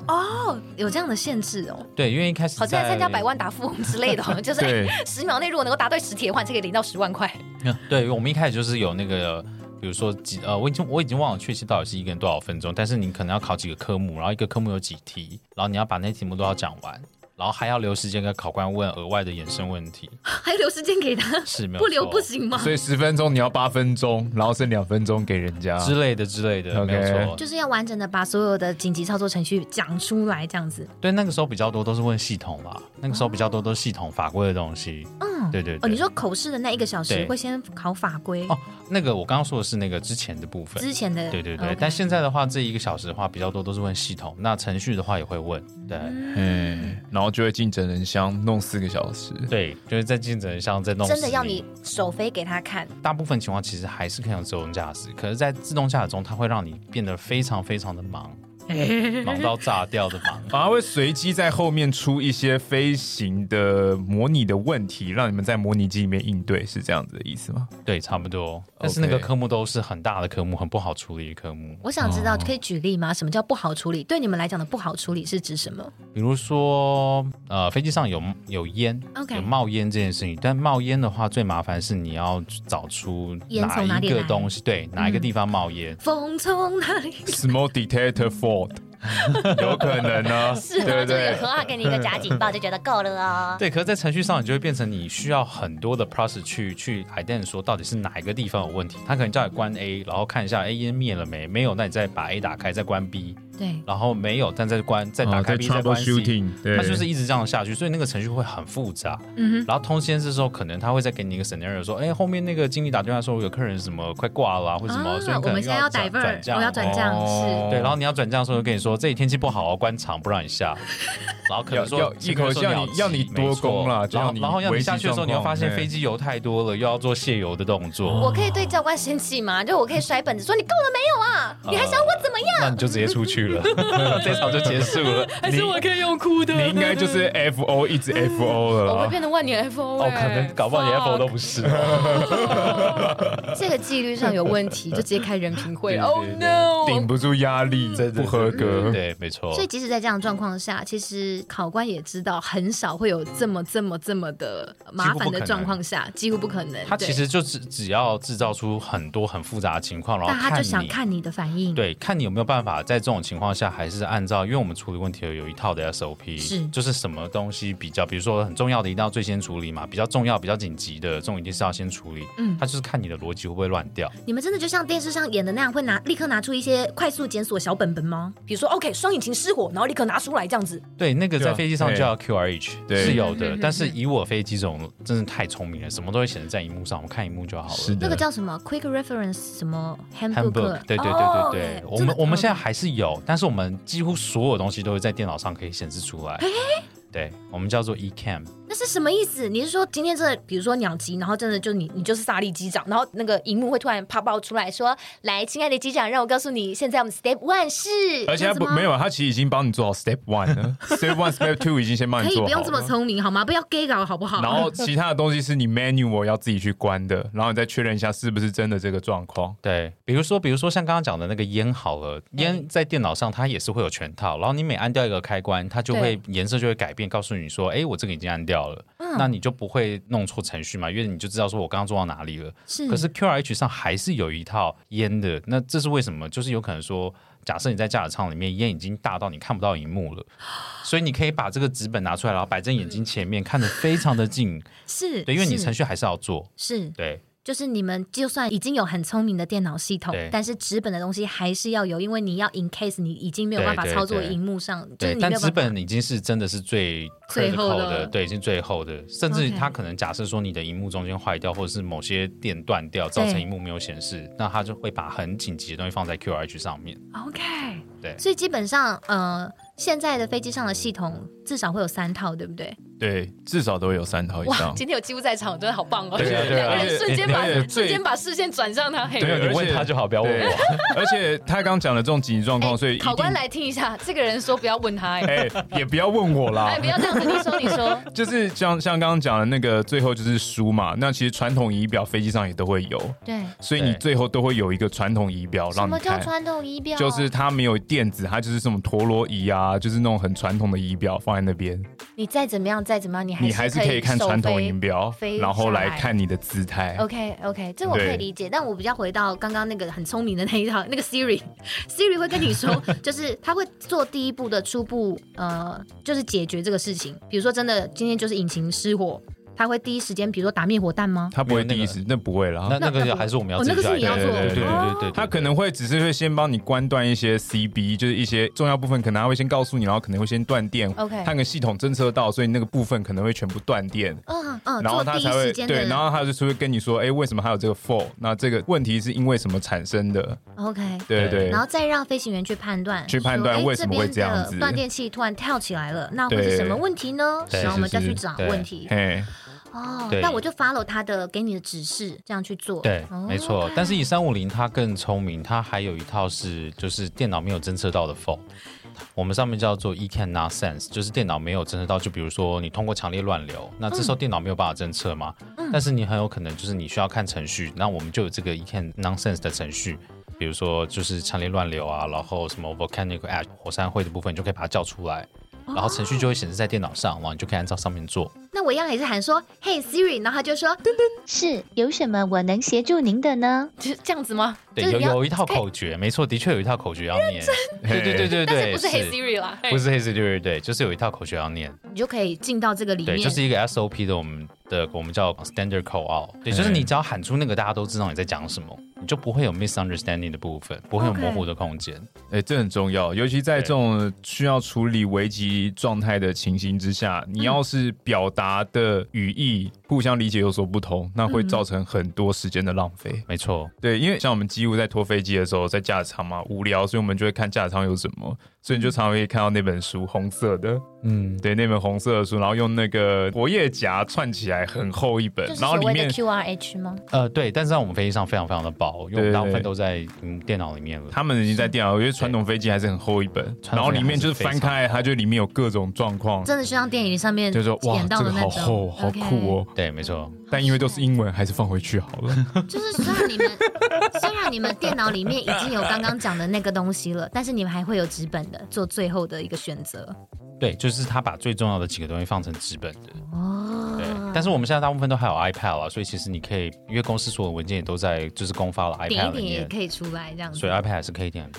有这样的限制哦。
对，因为一开始
好像在参加百万打富翁之类的哦，就是
对，
十秒内如果能够答对十题的话，就可以领到十万块。
嗯对，我们一开始就是有那个，比如说几呃，我已经我已经忘了确切到底是一个人多少分钟，但是你可能要考几个科目，然后一个科目有几题，然后你要把那些题目都要讲完，然后还要留时间给考官问额外的衍生问题，
还留时间给他，
是没有
不留
错
不行吗？
所以十分钟你要八分钟，然后剩两分钟给人家。
之类的之类的，
OK
没有错。
就是要完整的把所有的紧急操作程序讲出来，这样子。
对，那个时候比较多都是问系统啦，那个时候比较多都是系统法规的东西。
嗯，
对对对
哦，你说口试的那一个小时
对
会先考法规
哦，那个我刚刚说的是那个之前的部分。
之前的，哦
对对对
OK
但现在的话，这一个小时的话比较多都是问系统，那程序的话也会问，对、
嗯，然后就会进整人箱弄四个小时。
对，就是在竞争上在弄
真的要
死
你手飞给他看，
大部分情况其实还是可以用自动驾驶，可是，在自动驾驶中，它会让你变得非常非常的 忙，忙到炸掉的 忙。
啊，会随机在后面出一些飞行的模拟的问题，让你们在模拟机里面应对，是这样子的意思吗？
对，差不多。但是那个科目都是很大的科目，很不好处理的科目。
我想知
哦
道可以举例吗？什么叫不好处理？对你们来讲的不好处理是指什么？
比如说，呃，飞机上有有烟
OK
有冒烟这件事情。但冒烟的话，最麻烦是你要找出
烟从哪
一
里
个
来
东西，对，哪一个地方冒烟。
风从哪 里？
Small detector fault，有可能呢，
啊
是吗？
对不
就有
对
时？候他给你一个假警报，就觉得够了哦。
对，可是，在程序上，你就会变成你需要很多的 process 去去 ident 说到底是哪一个地方有问题。他可能叫你关 A，然后看一下 A 烟灭了没，没有，那你再把 A 打开，再关 B，
对，
然后没有，但再关，再
哦
打开 B，、再关 C。
shooting，对
它就是一直这样下去，所以那个程序会很复杂。
嗯哼，
然后通先是时候，可能他会再给你一个 scenario 说，哎，后面那个经理打电话说，我有客人什么快挂了啊、或者什么，所以
啊
你可
我
能
们现在要
转转
divert，
账，
我要转账
哦
是。
对，然后你要转账的时候，就跟你说这里天气不好哦，关场不让你下。 然后可能说
要要一口气要你要你多攻啦
了，
就
然
要
后
你
然后要
危
你
机
下去的时候，
状
你
况
会发现
嘿
飞机油太多了，又要做卸油的动
我
作，
可以对教官生气吗？就我可以甩本子说你够了没有啊？你还想我怎么样？
那你就直接出去 了，这场就结束了。
还是我可以用哭的？
你应该就是 F O 一直 F O 了
我会
啦。
变成万年 FO
啊哦，可能搞不好连 F 都
不。
不是。
这个纪律上有 问题，就直接开人评会。Oh
对对
no！
顶不住压力，不合格。
对，没错
所。以即使在这样的状况下，其实考官也知道很少会有这么这么这么的麻烦的状况下，几乎不可能。
他
对
其，实就只只要制造出很多很复杂的情况，然后
但他就想
你
看你的反应。
对，看你有没有办法在这种情况下，还是按照，因为我们处理问题有有一套的 SOP，
是
就是什么东西比较，比如说很重要的一定要最先处理嘛，比较重要、比较紧急的，这种一定是要先处理。
嗯
它就是看你的逻辑会不会乱掉。
你们真的就像电视上演的那样，会拿立刻拿出一些快速检索小本本吗？比如说，OK，双引擎失火，然后立刻拿出来这样子。
对，那个
对啊
在飞机上就要 QRH，
对
是有
嗯
的。但是以我飞机这种，真的太聪明了，什么都会显示在荧幕上，我们看荧幕就好了。
是的
那个叫什么 Quick Reference 什么 Handbook？
Handbook，对对
哦嗯
对对对，我
真
们
的
我们现在还是有，但是我们几乎所有东西都会在电脑上可以显示出来。对，我们叫做 E eCam，
那是什么意思？你是说今天这比如说鸟集，然后真的就你你就是萨利机长，然后那个荧幕会突然啪爆出来说：“来，亲爱的机长，让我告诉你，现在我们 Step One 是……”
而且他
这样子
不
吗
没有，他其实已经帮你做好 step one 了，step one step two 已经先帮
可
你
以
做好
不
了。
用这么聪明好吗？不要 gay 搞好不好？
然后其他的东西是你 manual 要自己去关的，然后你再确认一下是不是真的这个状况。
对，比如说，比如说像刚刚讲的那个烟好了，
嗯
烟在电脑上它也是会有全套，然后你每按掉一个开关，它就会颜色就会改变，告诉你说，哎，我这个已经按掉了，
嗯
那你就不会弄错程序嘛，因为你就知道说我刚刚做到哪里了。
是
可是 QRH 上还是有一套烟的，那这是为什么？就是有可能说，假设你在驾驶舱里面，烟已经大到你看不到荧幕了， 所以你可以把这个纸本拿出来，然后摆在眼睛前面，看得非常的近，
是，
对，因为你
嗯是
程序还是要做，
是
对。
就是你们就算已经有很聪明的电脑系统
对，
但是纸本的东西还是要有，因为你要 in case 你已经没有办法
对对
操作
对
荧幕上，就
对，
是你没
但
有
资
办法。
本已经是真的是最
最
critical
后
的，
的
对，已经最后的，甚至
OK
它可能假设说你的荧幕中间坏掉，或者是某些电断掉，造成
对
荧幕没有显示，那它就会把很紧急的东西放在 QRH 上面。
OK，
对
所以基本上，呃，现在的飞机上的系统至少会有三套，对不对？
对，至少都有三套以
哇
上，。
今天有几乎在场，我真的好棒哦！
对啊对啊
两个人瞬间把
而且最
瞬间把视线转向他黑
对啊
人。
而且
好，不要
对。，而且他刚讲的这种紧急状
哎
况，所以一定
考官来听一下，这个人说不要问他，哎，
哎，也不要问我啦
哎，。不要这样子，你说你说，
就是像像刚刚讲的那个，最后就是书嘛。那其实传统仪表飞机上也都会有，
对，
所以你
对
最后都会有一个传统仪表
什
让你
么叫
看。
传统仪表？
就是它没有电子，它就是什么陀螺仪啊，就是那种很传统的仪表放在那边，
你再怎么样，再怎么样，你还
你还是可以看
手
传统
飞
仪表
飞，
然后
下
来
来哦
看你的姿态。
OK OK，这我可
对
以理解，但我比较回到刚刚那个很聪明的那一套，那个 Siri，Siri 会跟你说，就是他会做第一步的初步，呃，就是解决这个事情。比如说，真的今天就是引擎失火，他会第一时间，比如说打灭火弹吗？
它不会
没有那
第一
个
时，那不会啦。
那那
那
个
不
还是我们要
哦
自己
那个是
来
你要
对
做
对
的哦
对对对对对，
他可能会只是会先帮你关断一些 CB，就是一些重要部分，可能他会先告诉你，然后可能会先断电。
OK
看个系统侦测到，所以那个部分可能会全部断电。
嗯嗯，
然后
做
他
第
才
一
会
时间的
对，然后他就是会跟你说，哎，为什么还有这个 fault？那这个问题是因为什么产生的？
OK。
对
对
对
然后再让飞行员去判断，
去判断
说哎
为什么会这样子
边的断电器突然跳起来了，那会
对
是什么问题呢？
对
然后我们
是
再
是
去找
对
问题。
嘿，
哦，
对
那我就 follow 他的给你的指示，这样去做。
对
哦，
没错。但是以三五零它更聪明，它还有一套是就是电脑没有侦测到的 fault，我们上面叫做 e can not sense，就是电脑没有侦测到。就比如说你通过强烈乱流，那这时候电脑没有办法侦测嘛，
嗯
但是你很有可能就是你需要看程序，那我们就有这个 e can not sense 的程序。比如说，就是强烈乱流啊，然后什么 volcanic ash 火山灰的部分，你就可以把它叫出来，
哦
然后程序就会显示在电脑上，然后你就可以按照上面做。
那我一样也是喊说嘿 Siri”，然后他就说
是有什么我能协助您的呢？
就这样子吗？
对，
就是
有
你要
有一套口诀，哎没错，的确有一套口诀要念。对对对对对，
但是不是黑 Siri 啦？嘿
不是黑 Siri，对对对，就是有一套口诀要念，
你就可以进到这个里面。
对，就是一个 SOP 的我们的我们叫 standard call out，对，就是你只要喊出那个，大家都知道你在讲什么，你就不会有 misunderstanding 的部分，不会有
OK
模糊的空间。
哎，这很重要，尤其在这种需要处理危机状态的情形之下，你
嗯
要是表达的语义互相理解有所不同，那
嗯
会造成很多时间的浪费。
没错，
对，因为像我们几乎在拖飞机的时候，在驾驶舱嘛，无聊，所以我们就会看驾驶舱有什么，所
嗯
以你就常常会看到那本书，红色的，
嗯，
对，那本红色的书，然后用那个活页夹串起来，很厚一本
就，是
然后
所
里
谓的
面
QRH 吗？
呃，对，但是在我们飞机上非常非常的薄，因为我
对对
们
对
大部分都在嗯电脑里面了。
他们已经在电脑，因为传统飞机还是很厚一本，
传统飞机
然后里面就是
还是
翻
非常
开来，它就里面有各种状况，
真的就像电影上面
就是说哇，
演到
这
的
个
那
好
种，
厚，好酷哦。
哦。
对，没错，
但因为都是英文，还是放回去好了。
就是虽然你们 虽然你们电脑里面已经有刚刚讲的那个东西了，但是你们还会有纸本的做最后的一个选择。
对，就是他把最重要的几个东西放成纸本的。
哦，
对，但是我们现在大部分都还有 iPad 啊，所以其实你可以，因为公司所有文件也都在就是公发了
点
iPad
一点
里
也
面，
可以出来这样子
所以。iPad 还是可以点的。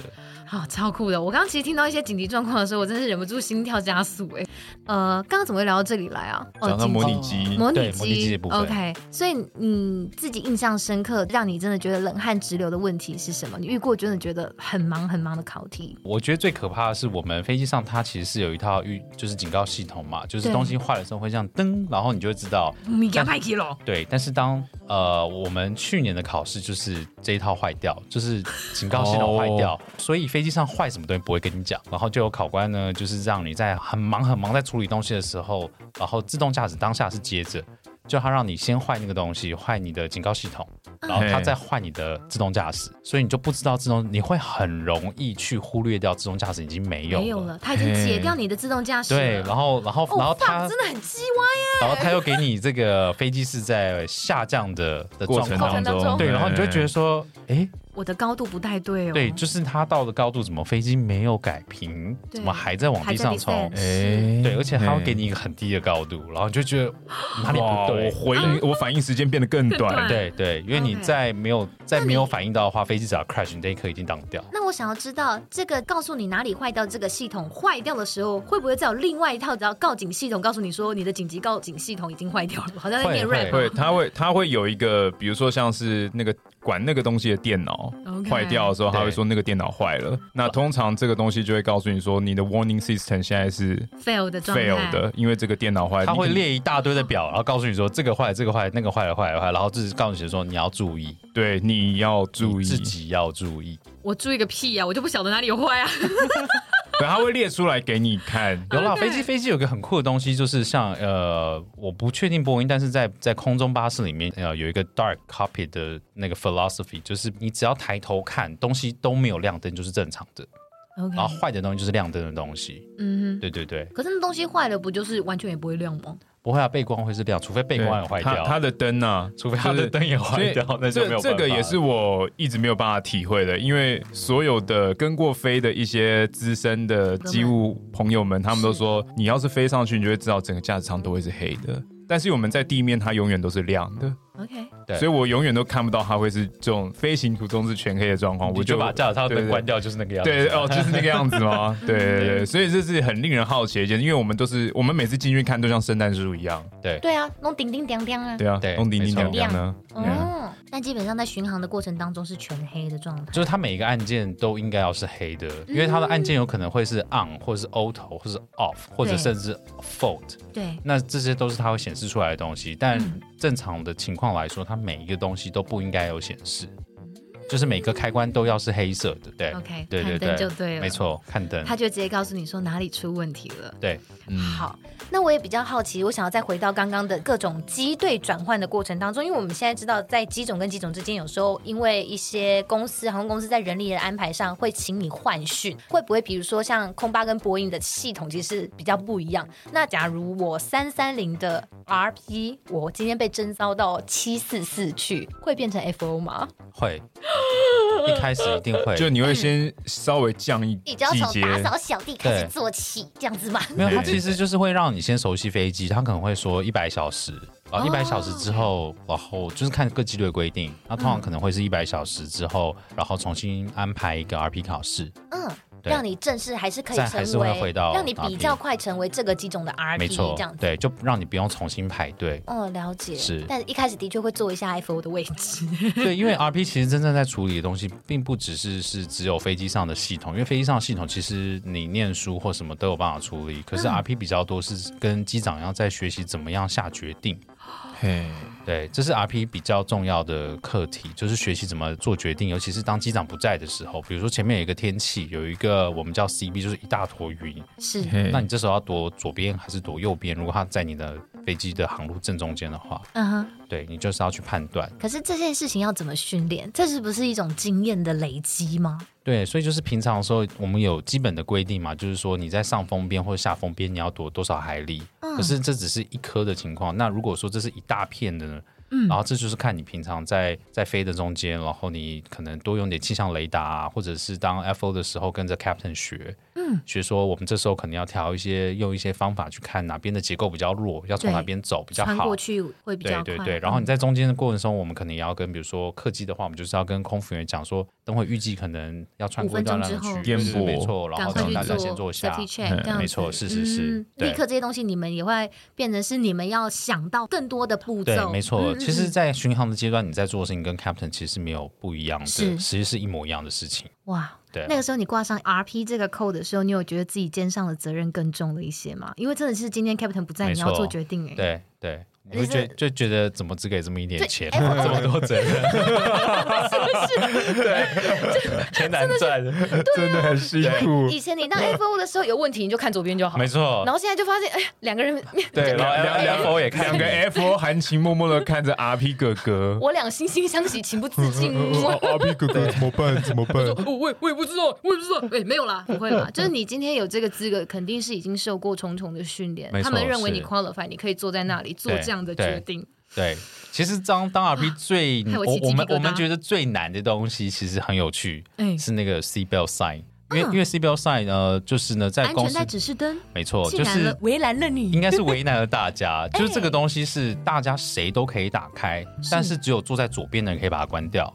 好、超酷的！我刚刚其实听到一些紧急状况的时候，我真是忍不住心跳加速哎、呃，刚刚怎么会聊到这里来啊？哦，
讲到
紧急
模拟机，
模拟
对模拟机的部分
OK，所以你自己印象深刻，让你真的觉得冷汗直流的问题是什么？你遇过真的觉得很忙很忙的考题？
我觉得最可怕的是，我们飞机上它其实是有一套预就是警告系统嘛，就是
对
东西坏的时候会这样噔，然后你就会知道到。
嗯
米加派基咯，
对，但是当呃我们去年的考试就是这一套坏掉，就是警告系统坏
哦
掉，所以飞机上坏什么东西不会跟你讲，然后就有考官呢，就是让你在很忙很忙在处理东西的时候，然后自动驾驶当下是接着。就他让你先坏那个东西，坏你的警告系统，
嗯
然后他再坏你的自动驾驶，所以你就不知道自动，你会很容易去忽略掉自动驾驶已经没有
没有了，他啊已经解掉你的自动驾驶了。
对，然后然后
哦
然后他、
fuck，真的很鸡歪
然后他又给你这个飞机是在下降的的
过
状
程
况
过程
当
当中
中，
对，然后你就会觉得说，哎，
我的高度不太对哦。
对，就是它到的高度，怎么飞机没有改平，
对
怎么还在往地上冲
还在？比赛
哎，
对，而且它会给你一个很低的高度，然后你就觉 得哪里
哇，
不
我
对。
回
啊
应我反应时间变得更
更短
短，
对对，因为你
OK
在没有在没有反应到的话，飞机只要 crash，你这一刻已经挡掉。
那我想要知道，这个告诉你哪里坏掉，这个系统坏掉的时候，会不会再有另外一套叫告警系统，告诉你说你的紧急告警系统已经坏掉了？好像在念
会
rap
哦
会，它会它会有一个，比如说像是那个管那个东西的电脑
OK
坏掉的时候，
对
它会说那个电脑坏了。那通常这个东西就会告诉你说，你的 warning system 现在是
fail 的状态
fail 的，因为这个电脑坏。
它会
你可能
列一大堆的表，然后告诉你说这个坏了，这个坏了，那个坏了，坏了，坏了，然后就是告诉你说你要注意，
对，你要注
你
意
自。己要注意。
我注意个屁呀、我就不晓得哪里有坏 啊。
对，它会列出来给你看。
有啦，飞机飞机有个很酷的东西，就是像呃，我不确定波音，但是在在空中巴士里面，呃，有一个 dark copy 的那个 philosophy，就是你只要抬头看，东西都没有亮灯就是正常的，
OK，
然后坏的东西就是亮灯的东西。
嗯
对对对，
哼，可是那东西坏了，不就是完全也不会亮吗？
不会啊，背光会是亮，除非背
对
光也坏
它
掉，
它的灯呢？
除非它
就
的
是
灯也
所
坏
以
掉，那就没有
这这个
办法
也
了
是我一直没有办法体会的，因为所有的跟过飞的一些资深的机务朋友们，他们都说，你要是飞上去，你就会知道整个驾驶舱都会是黑的。但是我们在地面，它永远都是亮的，
OK，
对
所以我永远都看不到它会是这种飞行途中是全黑的状况。
你
我
就把驾驶舱
对
灯
对
关掉，就是那个样子。
对哦，就是那个样子 吗？对对对，所以这是很令人好奇的一件，因为我们都是我们每次进去看都像圣诞树一样，
对啊，弄叮叮当当啊。
对啊，
对
红叮叮
没
亮
错
亮的，对啊
哦，但基本上在巡航的过程当中是全黑的状态。
就是它每一个按键都应该要是黑的，
嗯
因为它的按键有可能会是 on 或者是 auto 或者是 off 或者
对
甚至 fold，
对，
那这些都是它会显示出来的东西。但
嗯
正常的情况来说，它每一个东西都不应该有显示，
嗯
就是每个开关都要是黑色的。对
OK，
对对
看灯就对了
没错，看灯。
他就直接告诉你说哪里出问题了。
对，
嗯
好，那我也比较好奇，我想要再回到刚刚的各种机队转换的过程当中，因为我们现在知道，在机种跟机种之间，有时候因为一些公司、航空公司在人力的安排上会请你换训，会不会比如说像空巴跟波音的系统其实是比较不一样？那假如我三三零的 RP，我今天被征召到七四四去，会变成 FO 吗？
会一开始一定会，
就你会先稍微降一
你就要
季
从
节，
打扫小弟开始
对
做起，这样子吗？
没有，它
对
其实就是会让你先熟悉飞机，它可能会说一百小时，然
哦
后一百小时之后，然后就是看各机队规定，那
嗯
通常可能会是一百小时之后，然后重新安排一个 RP 考试，
嗯，
对
让你正式还是可以
再
成
还是会
为，
回到
让你比较
RP
快成为这个机种的 RP，
没错
这样，子。，
对，就让你不用重新排队
哦，了解。
是
但一开始的确会做一下 FO 的位 置。
对，因为 RP 其实真正在处理的东西，并不只是是只有飞机上的系统，因为飞机上的系统其实你念书或什么都有办法处理，可
嗯
是 RP 比较多是跟机长要在学习怎么样下决定。
嘿，
对，这是 RP 比较重要的课题，就是学习怎么做决定，尤其是当机长不在的时候。比如说前面有一个天气，有一个我们叫 CB，就是一大坨云，
是
嘿
那你这时候要躲左边还是躲右边？如果它在你的飞机的航路正中间的话，
嗯哼。
对你就是要去判断。
可是这件事情要怎么训练？这是不是一种经验的累积吗？
对，所以就是平常的时候，我们有基本的规定嘛，就是说你在上风边或者下风边，你要躲多少海里。
嗯
可是这只是一颗的情况，那如果说这是一大片的呢？
嗯
然后这就是看你平常在在飞的中间，然后你可能多用点气象雷达、啊，或者是当 FO 的时候跟着 Captain 学，嗯，学说我们这时候可能要调一些用一些方法去看哪边的结构比较弱，要从
对
哪边走比较
穿
好
过。去会比较
对
快。嗯
对对，然后你在中间的过程中，我们可能也要跟，比如说客机的话，我们就是要跟空服员讲说，等会预计可能要穿
五
过一
分
段
钟
浪
之
区
后，
颠
对对对没
簸
错，然
嗯赶
后
快
让
去
大家
做
先坐下，
safety check，
嗯
这样
没
子
错，是是是
嗯，
对
立刻这些东西你们也会变成是你们要想到更多的步
对，
骤。
没错。
嗯
其实，在巡航的阶段，你在做的事情跟 captain 其实是没有不一样的，
是
其实是一模一样的事情。
哇，
对啊
那个时候你挂上 RP 这个扣的时候，你有觉得自己肩上的责任更重了一些吗？因为真的是今天 Captain 不在，
没
你
错
欸
要做决定哎。
对对，你会觉就觉得怎么只给这么一点钱，
哎
这么多 责任， 对，钱难赚，
真的很辛苦。
以前你当 F O 的时候有问题你就看左边就好，
没错
然。后现在就发现，哎，两个 人
对，
然后
两两
两
两
佛也看
两个 F O 含情脉脉的看着 R P 哥哥，
我俩惺惺相惜，情不自 禁。
哦 R P 哥哥怎么办？怎么办？
哦我也我也不知道，我也不知道，哎、没有 啦，
不会啦，就是你今天有这个资格，肯定是已经受过重重的训练
没。错
他们认为你
是
qualify，你可以坐在那里做
对
这样的
对
决定。
对，其实当当 RP 最
害我
我
起鸡
我们
皮疙瘩
我们觉得最难的东西，其实很有趣，
哎嗯
是那个 C bell sign，因为因为 C bell sign 呃，就是呢在
安
公
全
司
带指示灯
没错，
竟
就
然
是
了哎为难了你
应，该是为难了 大家，就是这个东西是大家谁都可以打开，但是只有坐在左边的人可以把它 关掉。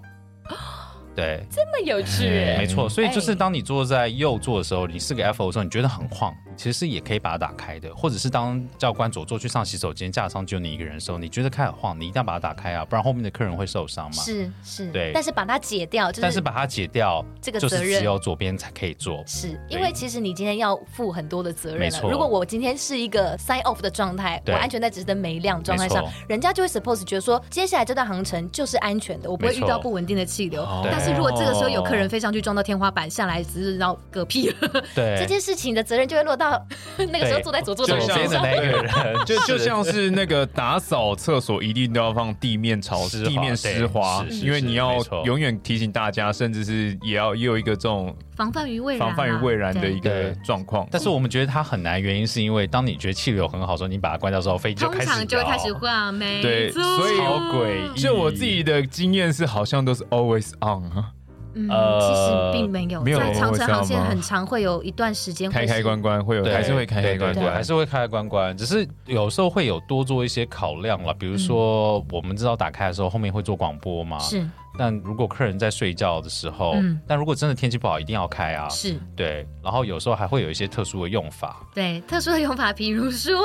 对，
那么有趣
对没
耶，
错。所以就是
哎
当你坐在右座的时候，你是个 F O 的时候，你觉得很晃，其实是也可以把它打开的。或者是当教官左座去上洗手间，架上只有你一个人的时候，你觉得开始晃，你一定要把它打开啊，不然后面的客人会受伤嘛。
是是，
对
但是把它解掉，就
但
是
是把它解掉，
这个
就是
责任
只有左边才可以做。
是
对
因为其实你今天要负很多的责任了。
没错
如果我今天是一个 sign off 的状态，我
对
安全带只是灯没亮状态上
没错，
人家就会 suppose 觉得说，接下来这段航程就是安全的，我不会
没
遇
错哦
到不稳定的气流。
对
但是如果这个时候有客人飞上去撞到天花板下来，只是绕嗝屁了，
对，
这件事情的责任就会落到那个时候坐在左座的
左
人
边
身
的
上。
那一个人，
就就像是那个打扫厕所一定都要放地面潮湿、
湿滑
地面湿滑，
对是是
因为你要
没错
永远提醒大家，甚至是也要也有一个这种
防范于未然、
防
啊，
范于未然的
对
一个
对
状况。
但是我们觉得它很难，原因是因为当你觉得气流很好的时候，你把它关掉之后，飞机就
通
开始
常就会开始啊
摇
画眉，
对，所以
超诡异
就我自己的经验是，好像都是 always on 啊，
嗯，
呃
其实并没有，
没有
在长城航线
我知道吗
很常会有一段时间会
开开
是
关关会有，
对，
还是会开开关
对对对
关，
还是会开开关关，只是有时候会有多做一些考量了，比如说我们知道打开的时候后面会做广播嘛，
是
但如果客人在睡觉的时候，
嗯
但如果真的天气不好，一定要开啊，
是，
对，然后有时候还会有一些特殊的用法，
对特殊的用法，比如说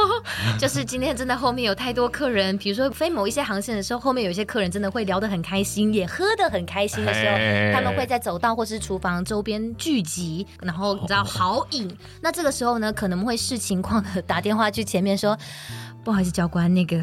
就是今天真的后面有太多客人，比如说飞某一些航线的时候，后面有一些客人真的会聊得很开心，也喝得很开心的时候，
哎
他们会在走道或是厨房周边聚集，然后你知道豪饮。那这个时候呢，可能会视情况的打电话去前面说。不好意思，教官，那个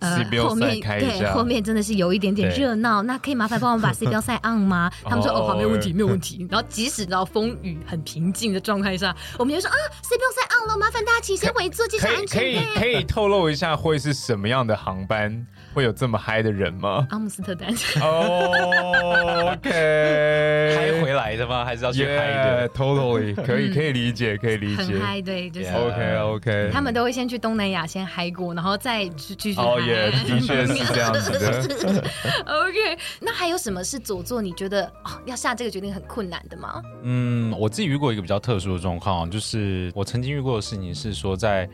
呃
是，不是要
后面
再开一
对
下
后面真的是有一点点
对
热闹，那可以麻烦帮我们把 C 标赛 on 吗？
他们说
哦
哦好没有问题没有问题，然后即使到风雨很平静的状态下，我们就说啊
C 标赛 on 了，麻烦大家请先回座，系
可
上
以
安
可
全
以
带。
可以透露一下会是什么样的航班，会有这么嗨的人吗
阿姆斯特丹，
哦？OK，哎
开回来的吗？还是要去开的
Yeah，totally，可 以可以理解，可以理解
很。嗨，对，就是
Yeah
OK OK，
他们都会先去东南亚先嗨过，然后再去继续
哦
嗨
也的确是这样 子的。
OK，
那还有什么是左座你觉得哦要下这个决定很困难的吗？
嗯，我自己遇过一个比较特殊的状况，就是我曾经遇过的事情是说在。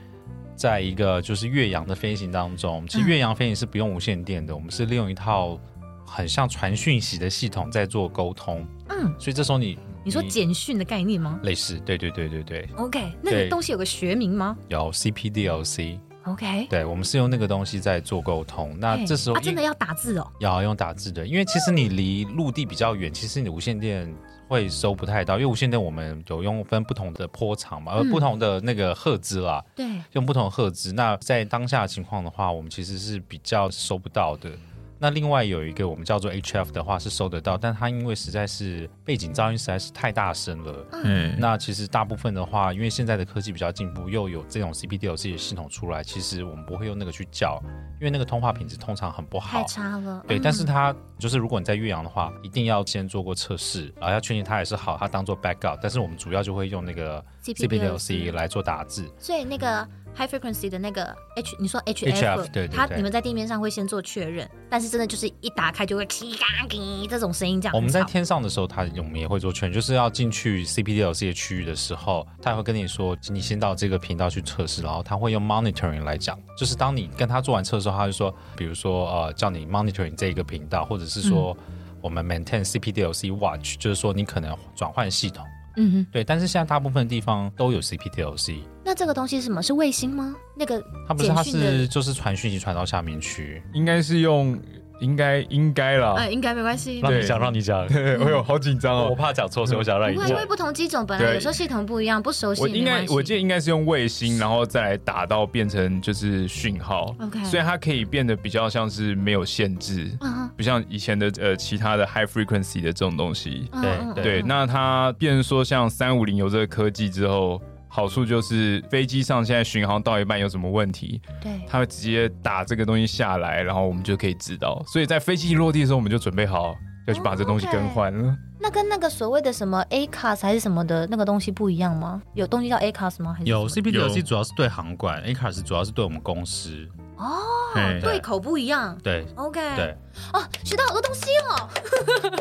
在一个就是岳阳的飞行当中，其实
嗯
岳阳飞行是不用无线电的，我们是利用一套很像传讯息的系统在做沟通。嗯，所以这时候你
你说哦简讯的概念吗
类似，对对对对对，
？OK，那
对
个东西有个学名吗
有 CPDLC，
？OK，
对我们是用那个东西在做沟通。那这时候
啊真的要打字哦，
要用打字的，因为其实你离陆地比较远，其实你的无线电会收不太到，因为无线电我们有用分不同的波长
嗯
嘛，呃，不同的那个赫兹啦，
对，
用不同的赫兹。那在当下的情况的话，我们其实是比较收不到的。那另外有一个我们叫做 HF 的话是收得到，但它因为实在是背景噪音实在是太大声了，
啊
嗯，
那其实大部分的话，因为现在的科技比较进步，又有这种 CPDLC 的系统出来，其实我们不会用那个去叫，因为那个通话品质通常很不好
太。差了，
嗯
对，但是它就是如果你在岳阳的话，一定要先做过测试，然后要确定它也是好，它当做 backup。但是我们主要就会用那个
CPDLC
CPDLC 来做打字。
所以那个 high frequency 的那个 H，你说 HF，,
HF 对对对
它你们在地面上会先做确认，但是真的就是一打开就会咔嘎叽这种声音这样很吵。
我们在天上的时候，它我们也会做确认，就是要进去 CPDLC 的区域的时候，它也会跟你说，请你先到这个频道去测试，然后它会用 monitoring 来讲，就是当你跟他做完测试后，他就说，比如说呃，叫你 monitoring 这一个频道，或者是说、我们 maintain CPDLC watch，就是说你可能转换系统，
嗯哼，
对。但是现在大部分地方都有 CPDLC，
那这个东西是什么？是卫星吗？那个
它不是它
简讯
是就是传讯息传到下面去，
应该是用应该应该啦。
哎，应嗯该没关系。
让你讲，让你讲，
对，哎我有好紧张
我
哦。
怕讲错，所以我想让你
不会，因为
讲。
不同机种本来
对
有时候系统不一样，不熟悉
我
也
应
没
该
关，系。
我记得应该是用卫 星，然后再来打到变成就是讯号。
OK
所以它可以变得比较像是没有限制，
嗯哼
不像以前的呃其他的 high frequency 的这种东西。
嗯
对
嗯嗯
对，那它变成说像三五零有这个科技之后，好处就是飞机上现在巡航到一半有什么问题，
对，
它会直接打这个东西下来，然后我们就可以知道。所以在飞机一落地的时候，我们就准备好要去把这
哦
东西更换了。
那跟那个所谓的什么 A cars 还是什么的那个东西不一样吗？有东西叫 A cars 吗？还是
有
什哦
CP 游
有
戏主要是对航管，A 卡是主要是对我们公司，
么哦，
哎
嘿
对口不一样。
对
OK，
对，
哦，学到好多东西哦。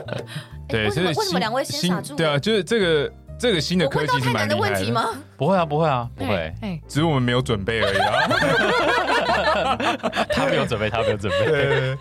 对，
哎 为什
所以
么为什么
新
两位先傻
新
住？
对啊，就是这个这个新的
我
科
问
技
到
是
太
蛮
难
厉
的
害
问
的
题？吗？
不会啊，不会啊，不会
哎。，哎
只是我们没有准备而已 啊。
他没有准备，他没有准备。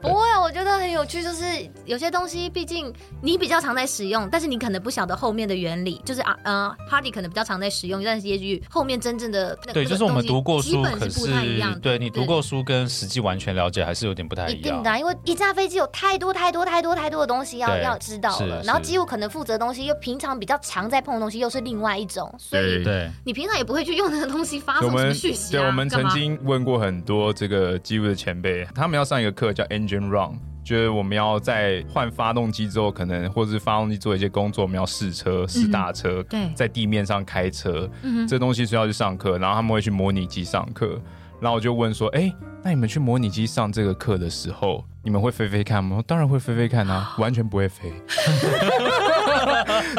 不会啊，我觉得很有趣，就是有些东西，毕竟你比较常在使用，但是你可能不晓得后面的原理，就是啊，呃，Party 可能比较常在使用，但是也许后面真正的那
对，
那
就是我们读过
基
书，
本
可
是不太一样
是
的
对你读过书跟实际完全了解还是有点不太
一
一
定
样
的、。啊，因为一架飞机有太多太多太多太多的东西要
对
要知道了，
是
然后
是
几乎可能负责的东西又平常比较常在碰的东西又是另外一种，所以
对
对，
你平常也不会去用那个东西发
我
送什
们
么讯息
对
啊，
我们
干
曾
嘛
经问过很多这个机务的前辈，他们要上一个课叫 Engine Run，就是我们要在换发动机之后，可能或者是发动机做一些工作，我们要试车、试大车，
嗯
对
在地面上开车，这东西是要去上课，然后他们会去模拟机上课。然后我就问说，哎，那你们去模拟机上这个课的时候，你们会飞飞看吗？我当然会飞飞看 啊，完全不会飞。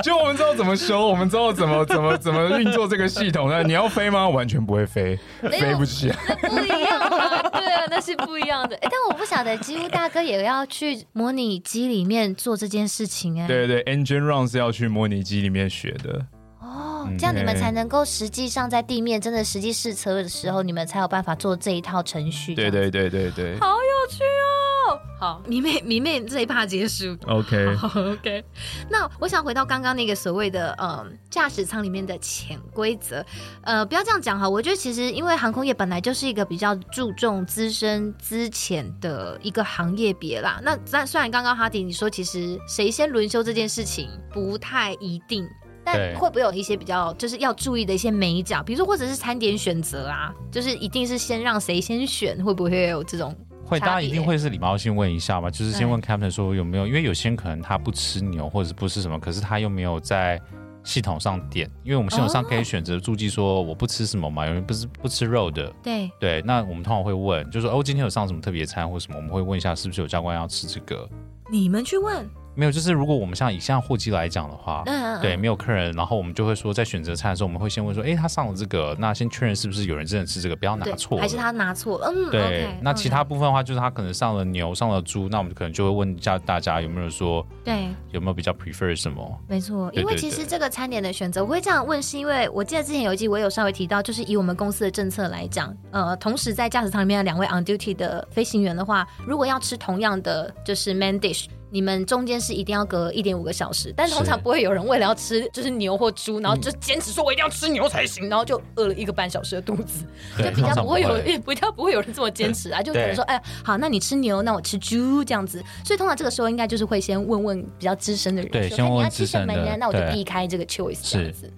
就我们知道怎么修，我们知道怎么怎么怎么运作这个系统。那你要飞吗？完全不会飞，飞不起来。
不一样啊，对啊，那是不一样的。 哎，但我不晓得几乎大哥也要去模拟机里面做这件事情哎、
对对，engine run 是要去模拟机里面学的。
哦，
嗯
这样你们才能够实际上在地面真的实际试车的时候，你们才有办法做这一套程序。
对对对对对，
好有趣哦！好，迷妹迷妹这一趴结束。
OK，
好 OK，
那我想回到刚刚那个所谓的呃驾驶舱里面的潜规则，呃，不要这样讲哈。我觉得其实因为航空业本来就是一个比较注重资深资浅的一个行业别啦。那但虽然刚刚哈迪你说其实谁先轮休这件事情不太一定。但
对
会不会有一些比较就是要注意的一些美角，比如说或者是餐点选择啊，就是一定是先让谁先选，会不会有这种
会，
差
大家一
别
定会是礼貌性问一下嘛，就是先
对
问 captain 说有没有，因为有些人可能他不吃牛或者是不吃什么，可是他又没有在系统上点，因为我们系统上可
哦
以选择注记说我不吃什么嘛，有人不吃不吃肉的，
对
对，那我们通常会问，就说哦今天有上什么特别餐或什么，我们会问一下是不是有教官要吃这个，
你们去问，
没有，就是如果我们像以像货机来讲的话，
嗯嗯
对，没有客人，然后我们就会说在选择餐的时候，我们会先问说，诶，他上了这个，那先确认是不是有人真的吃这个，不要拿
对
错，了。
还是他拿错了？嗯，
对
OK，
那其
OK
他部分的话，就是他可能上了牛，上了猪，那我们可能就会问一下大家有没有说
对
有没有比较 prefer 什么？
没错，
对
因为
对
其实
对
这个餐点的选择，我会这样问，是因为我记得之前有一集我有稍微提到，就是以我们公司的政策来讲，呃，同时在驾驶舱里面的两位 on duty 的飞行员的话，如果要吃同样的就是 main dish。你们中间是一定要隔一点五个小时，但通常
是
不会有人为了要吃就是牛或猪，
嗯
然后就坚持说我一定要吃牛才行，然后就饿了一个半小时的肚子，就
对，
比
通
较
常
不会有
会，，
比较不会有人这么坚持啊，就可能说，哎，好，那你吃牛，那我吃猪这样子。所以通常这个时候应该就是会先问问比较资深的人，
对
说
先
哎你
问
要
问
吃
资
什
深
么
的
呢？那我就
对
避开这个 choice
是
这样子。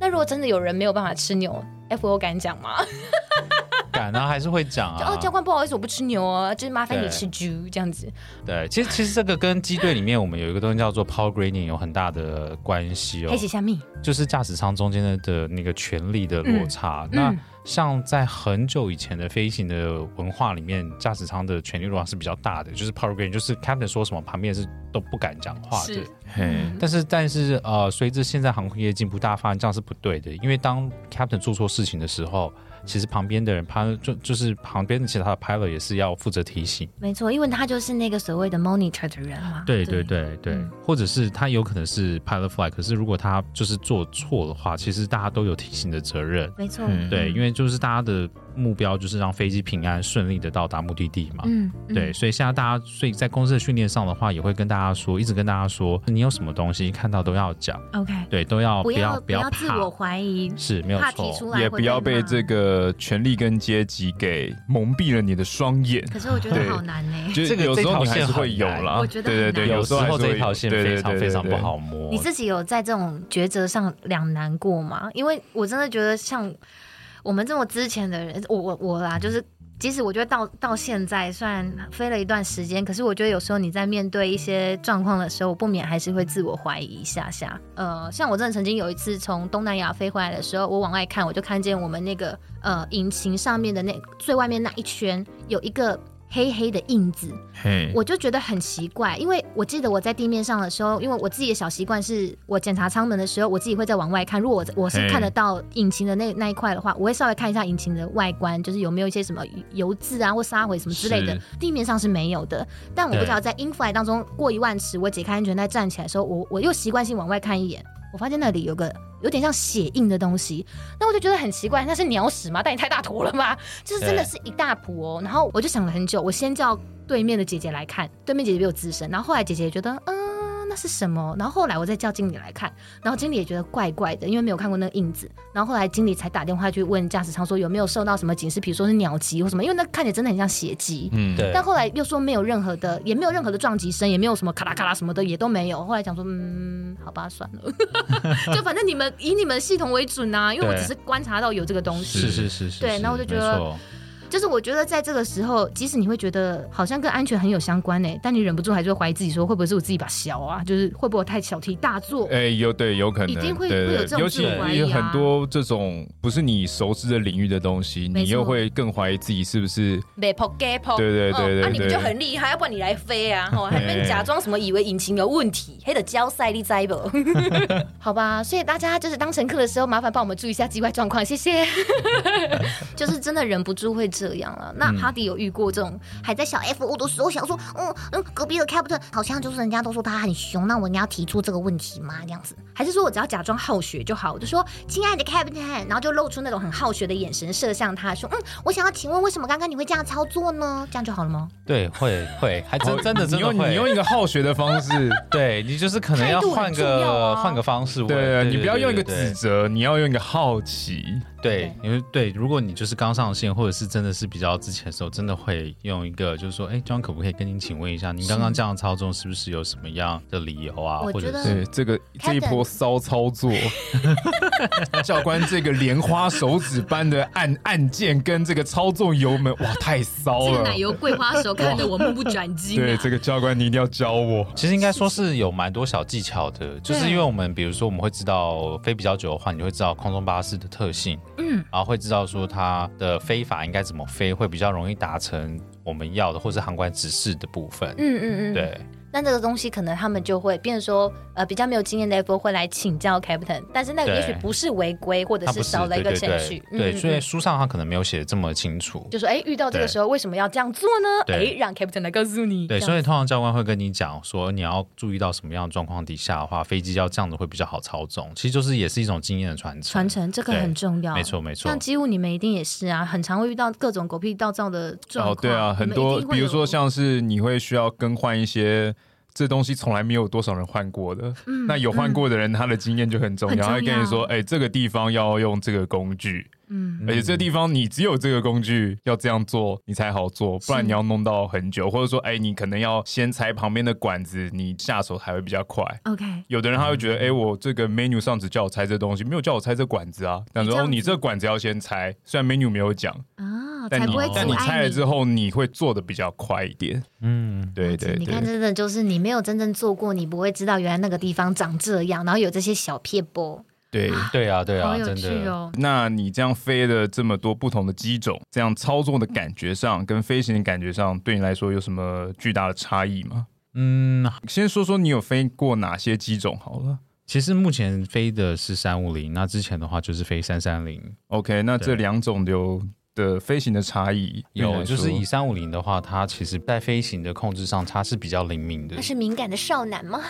那如果真的有人没有办法吃牛，F O 敢讲吗？
敢啊，还是会讲
就
啊
哦，。教官不好意思，我不吃牛哦，就是麻烦你
对
吃猪这样子。
对，其实其实这个跟机队里面我们有一个东西叫做 power grading 有很大的关系哦
黑，起哎下命，
就是驾驶舱中间的的那个权力的
嗯
落差。那像在很久以前的飞行的文化里面，驾驶舱的权力落差是比较大的，就是 power grading，就是 captain 说什么，旁边是都不敢讲话的
是。
嘿，
但是，但是，呃，随着现在航空业进步，大家发现这样是不对的。因为当 captain 做错事情的时候，其实旁边的人拍就就是旁边的其他的 pilot 也是要负责提醒。
没错，因为他就是那个所谓的 monitor 的人嘛。
对对对对，或者是他有可能是 pilot fly，可是如果他就是做错的话，其实大家都有提醒的责任。
没错，
嗯
对，因为就是大家的目标就是让飞机平安顺利的到达目的地嘛。
嗯，
对，所以现在大家，所以在公司的训练上的话，也会跟大家说，一直跟大家说，你有什么东西看到都要讲，
，OK，
对，都要
嗯不
要
要
哦不
不
要
要自
怕
我怀疑，
是没有
怕提出
错，
来
也
会
不要
被
被
骂
这个权力跟阶级给蒙蔽了你的双眼。
可是我觉得
对
好难
欸
呢。
就
这个
有时
这条
候你还
线
是会
很
有
难
啦，
我觉得
对对
很
对，
难
有时
候还
候
是
这
会
一条线
对对
非常
对
非常
对
不
对
好摸。
你自己有在这种抉择上两难过吗？因为我真的觉得像我们这么之前的人，我我我啦，就是即使我觉得到到现在，虽然飞了一段时间，可是我觉得有时候你在面对一些状况的时候，我不免还是会自我怀疑一下下。呃，像我真的曾经有一次从东南亚飞回来的时候，我往外看，我就看见我们那个呃引擎上面的那最外面那一圈有一个黑黑的印子。
嘿，
我就觉得很奇怪，因为我记得我在地面上的时候，因为我自己的小习惯是，我检查舱门的时候，我自己会再往外看。如果我我是
嘿
看得到引擎的那那一块的话，我会稍微看一下引擎的外观，就是有没有一些什么油渍啊或沙灰什么之类的
是。
地面上是没有的，但我不
对
知道在 infly 当中过一万尺，我解开安全带站起来的时候，我我又习惯性往外看一眼，我发现那里有个有点像血印的东西，那我就觉得很奇怪，那是鸟屎吗？但也太大坨了吧？ 就是真的
对
是一大坨哦。然后我就想了很久，我先叫对面的姐姐来看，对面姐姐比我资深，然后后来姐姐也觉得，嗯，那是什么？然后后来我再叫经理来看，然后经理也觉得怪怪的，因为没有看过那个印子。然后后来经理才打电话去问驾驶舱说有没有受到什么警示，比如说是鸟击或什么，因为那看起来真的很像血迹。
嗯，
对
但后来又说没有任何的，也没有任何的撞击声，也没有什么咔啦咔啦什么的，也都没有。后来讲说，嗯，好吧，算了， 就反正你们以你们系统为准啊，因为我
对
只是观察到有这个东西。
是是是是，
对
是
那我就觉
没
得
错
就是我觉得在这个时候，即使你会觉得好像跟安全很有相关呢、欸但你忍不住还是会怀疑自己说，会不会是我自己把小啊，就是会不会我太小题大做？
哎、有对，有可能，
一定会
对
会有
对
这种
尤其
自我怀疑
有
啊
很多这种不是你熟知的领域的东西，
没
你又
错
会更怀疑自己是不是
没破 gay 破，
对
哦
对对对
啊，你们
对
就很厉害，要不然你来飞啊， 哦，还
哎
能假装什么以为引擎有问题，黑的交赛你知不？
好吧，所以大家就是当乘客的时候，麻烦帮我们注意一下机外状况，谢谢。就是真的忍不住会这样了、那哈迪有遇过这种
还在小 F 我的时候，想说，嗯嗯，隔壁的 Captain 好像就是人家都说他很凶，那我应该要提出这个问题吗？这样子，
还是说我只要假装好学就好？我就说亲爱的 Captain，然后就露出那种很好学的眼神射向他，说嗯，
我想要请问，为什么刚刚你会这样操作呢？
这样就好了吗？
对，会会，还真真的真
哦你
的
用你用
会。
一个好学 的方式，
对你就是可能
态
要
度很
换
重要
个
啊
换个方式问，
对啊你不要用一个
对
指责，你要用一个好奇，
对，因为对，如果你就是刚上线，或者是真的是比较之前的时候，真的会用一个，就是说，哎，庄可不可以跟您请问一下，您刚刚这样操纵是不是有什么样的理由啊？
我
或者
觉得
是
对这个这一波骚操作，教官这个莲花手指般的按按键跟这个操纵油门，哇，太骚
这个
了
奶！油桂花手看得我目不转睛
对，
啊。
这个教官你一定要教我。
其实应该说是有蛮多小技巧的，就是因为我们比如说我们会知道飞比较久的话，你会知道空中巴士的特性，嗯，然后会知道说它的飞法应该怎么飞，会比较容易达成我们要的，或是航管指示的部分。
嗯嗯嗯，。
对，
那这个东西可能他们就会变成说，呃，比较没有经验的 F 会来请教 Captain，但是那个
对
也许不是违规，或者
它
是
不是
少了一个
对对
程
对
序。
对，
嗯
所以
嗯
书上它可能没有写得这么清楚。
就说，哎，遇到这个
对
时候为什么要这样做呢？
对
哎，让 Captain 来告诉你。
对，
这样
所以通常教官会跟你讲说，你要注意到什么样的状况底下的话，飞机要这样子会比较好操纵。其实就是也是一种经验的传承。
传承这个
对
很重要，
没错没错
像机务你们一定也是啊，很常会遇到各种狗屁倒灶的状况。
哦，对啊，
你们
很
一
多，
定会
比如
有
说像是你会需要更换一些。这东西从来没有多少人换过的，那有换过的人，他的经验就很重要。
嗯很重
他会跟你说，
要
哎、这个地方要用这个工具，
嗯，
而且这地方你只有这个工具要这样做，你才好做，不然你要弄到很久，或者说，哎、你可能要先拆旁边的管子，你下手才会比较快。
嗯
OK，
有的人他会觉得，哎、我这个 menu 上只叫我拆这东西，没有叫我拆这管子啊。但说，哦，你这管子要先拆，虽然 menu 没有讲，
啊，
但
才
你
不会
但
阻
你拆
碍
了之后，你会做的比较快一点。
嗯，
对对
你看，
对。
真的就是你没有真正做过，你不会知道原来那个地方长这样，然后有这些小撇波，
对，
对啊，对啊，
好有
真
趣
的。
哦。
那你这样飞的这么多不同的机种，这样操作的感觉上跟飞行的感觉上，对你来说有什么巨大的差异吗？
嗯，
先说说你有飞过哪些机种好了。
其实目前飞的是三五零，那之前的话就是飞三三零。
OK，那这
对
两种流的飞行的差异对你
有，
来
就是
说
以三五零的话，它其实在嗯飞行的控制上，它是比较灵敏的
他。是敏感的少男吗？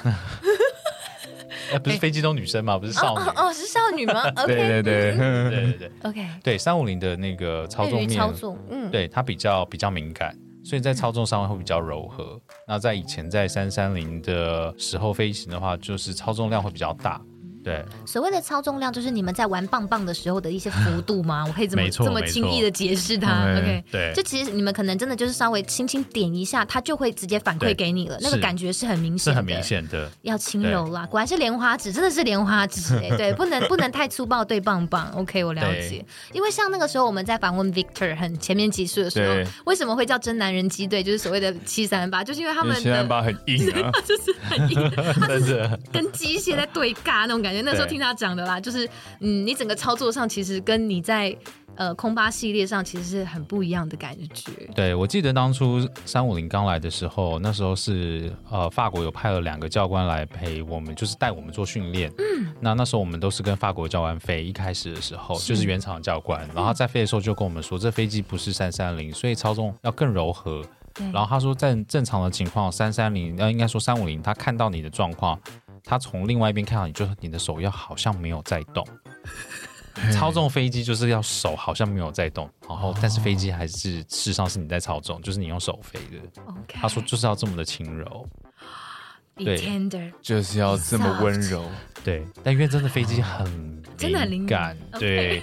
哎不是飞机中女生嘛，不是少女
哦。哦，是少女吗？OK
对对对，
对对对
OK，
对，三五零的那个操纵
对于
面，
操纵，嗯，
对它比较比较敏感，所以在操纵上会比较柔和。那在以前在三三零的时候飞行的话，就是操纵量会比较大。对，
所谓的操纵量，就是你们在玩棒棒的时候的一些幅度吗？我可以这么
没错嗯
这么轻易的解释它
没错
？OK，
对
就其实你们可能真的就是稍微轻轻点一下，它就会直接反
对
馈给你了，那个
是
感觉是很明显
是
的，
很明显的。
要轻柔啦，果然是莲花指，真的是莲花指 哎、对，不能不能太粗暴对棒棒。OK，我了解
对，
因为像那个时候我们在访问 Victor 很前面集数的时
对
候，为什么会叫真男人机队，就是所谓的七三八，就是因为他
因为
们
七三
的
八很硬啊，
就是很硬，他
但
就是
是
跟机械在对尬那种感觉。那时候
对
听他讲的啦，就是嗯，你整个操作上其实跟你在呃空巴系列上其实是很不一样的感觉。
对，我记得当初三五零刚来的时候，那时候是呃法国有派了两个教官来陪我们，就是带我们做训练。嗯，那那时候我们都是跟法国教官飞，一开始的时候就是原厂教官，然后他在飞的时候就跟我们说，这飞机不是三三零，所以操纵要更柔和。然后他说，在正常的情况，三三零呃应该说三五零，他看到你的状况，他从另外一边看到你，就是你的手要好像没有在动。操纵飞机就是要手好像没有在动，然后但是飞机还是事实上是你在操纵，就是你用手飞 的。
OK，
他说就是要这么的轻柔，
be
对
tender，
就是要这么温 柔。
对，但因为真的飞机很
真的很
敏
灵
感，对。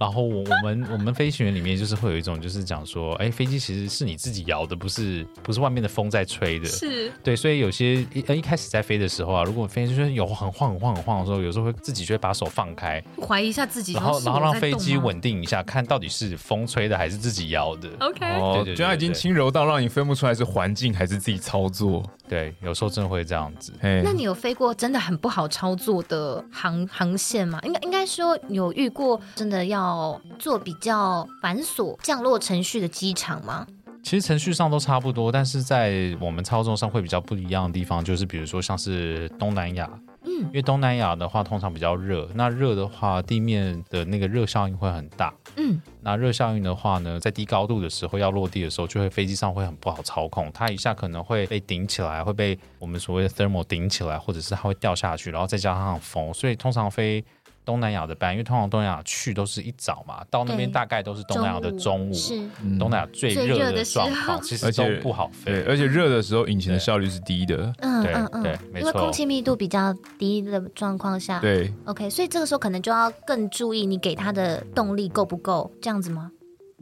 然后我我们我们飞行员里面就是会有一种就是讲说，哎，飞机其实是你自己摇的，不是不是外面的风在吹的，
是
对，所以有些一呃一开始在飞的时候啊，如果飞就是有很晃很晃很晃的时候，有时候会自己就会把手放开，
怀疑一下自己，
然后
是
然后
我
让
在
飞
动
机
吗
稳定一下，看到底是风吹的还是自己摇的。
OK。
哦
对对，对
就它已经
对
轻柔到让你分不出来是环境还是自己操作。
对，有时候真的会这样子。
哎
那，你有飞过真的很不好操作的航航线吗？应该应该说有遇过真的要做比较繁琐降落程序的机场吗？
其实程序上都差不多，但是在我们操纵上会比较不一样的地方，就是比如说像是东南亚，嗯，因为东南亚的话通常比较热，那热的话地面的那个热效应会很大，
嗯，
那热效应的话呢，在低高度的时候要落地的时候，就会飞机上会很不好操控，它一下可能会被顶起来，会被我们所谓的 thermal 顶起来，或者是它会掉下去，然后再加上风，所以通常飞。东南亚的班，因为通常东南亚去都是一早嘛，到那边
对
大概都是东南亚的中午，
是
嗯
东南亚最
最
热
热的时候
状况，其实
而
都
且
不好
对，
飞。
而且热的时候引擎的
对
效率是低的。
嗯
对
嗯嗯，
对，没
因为
错
空。气密度比较低的状况下，
对，
，OK，所以这个时候可能就要更注意你给它的动力够不够，这样子吗？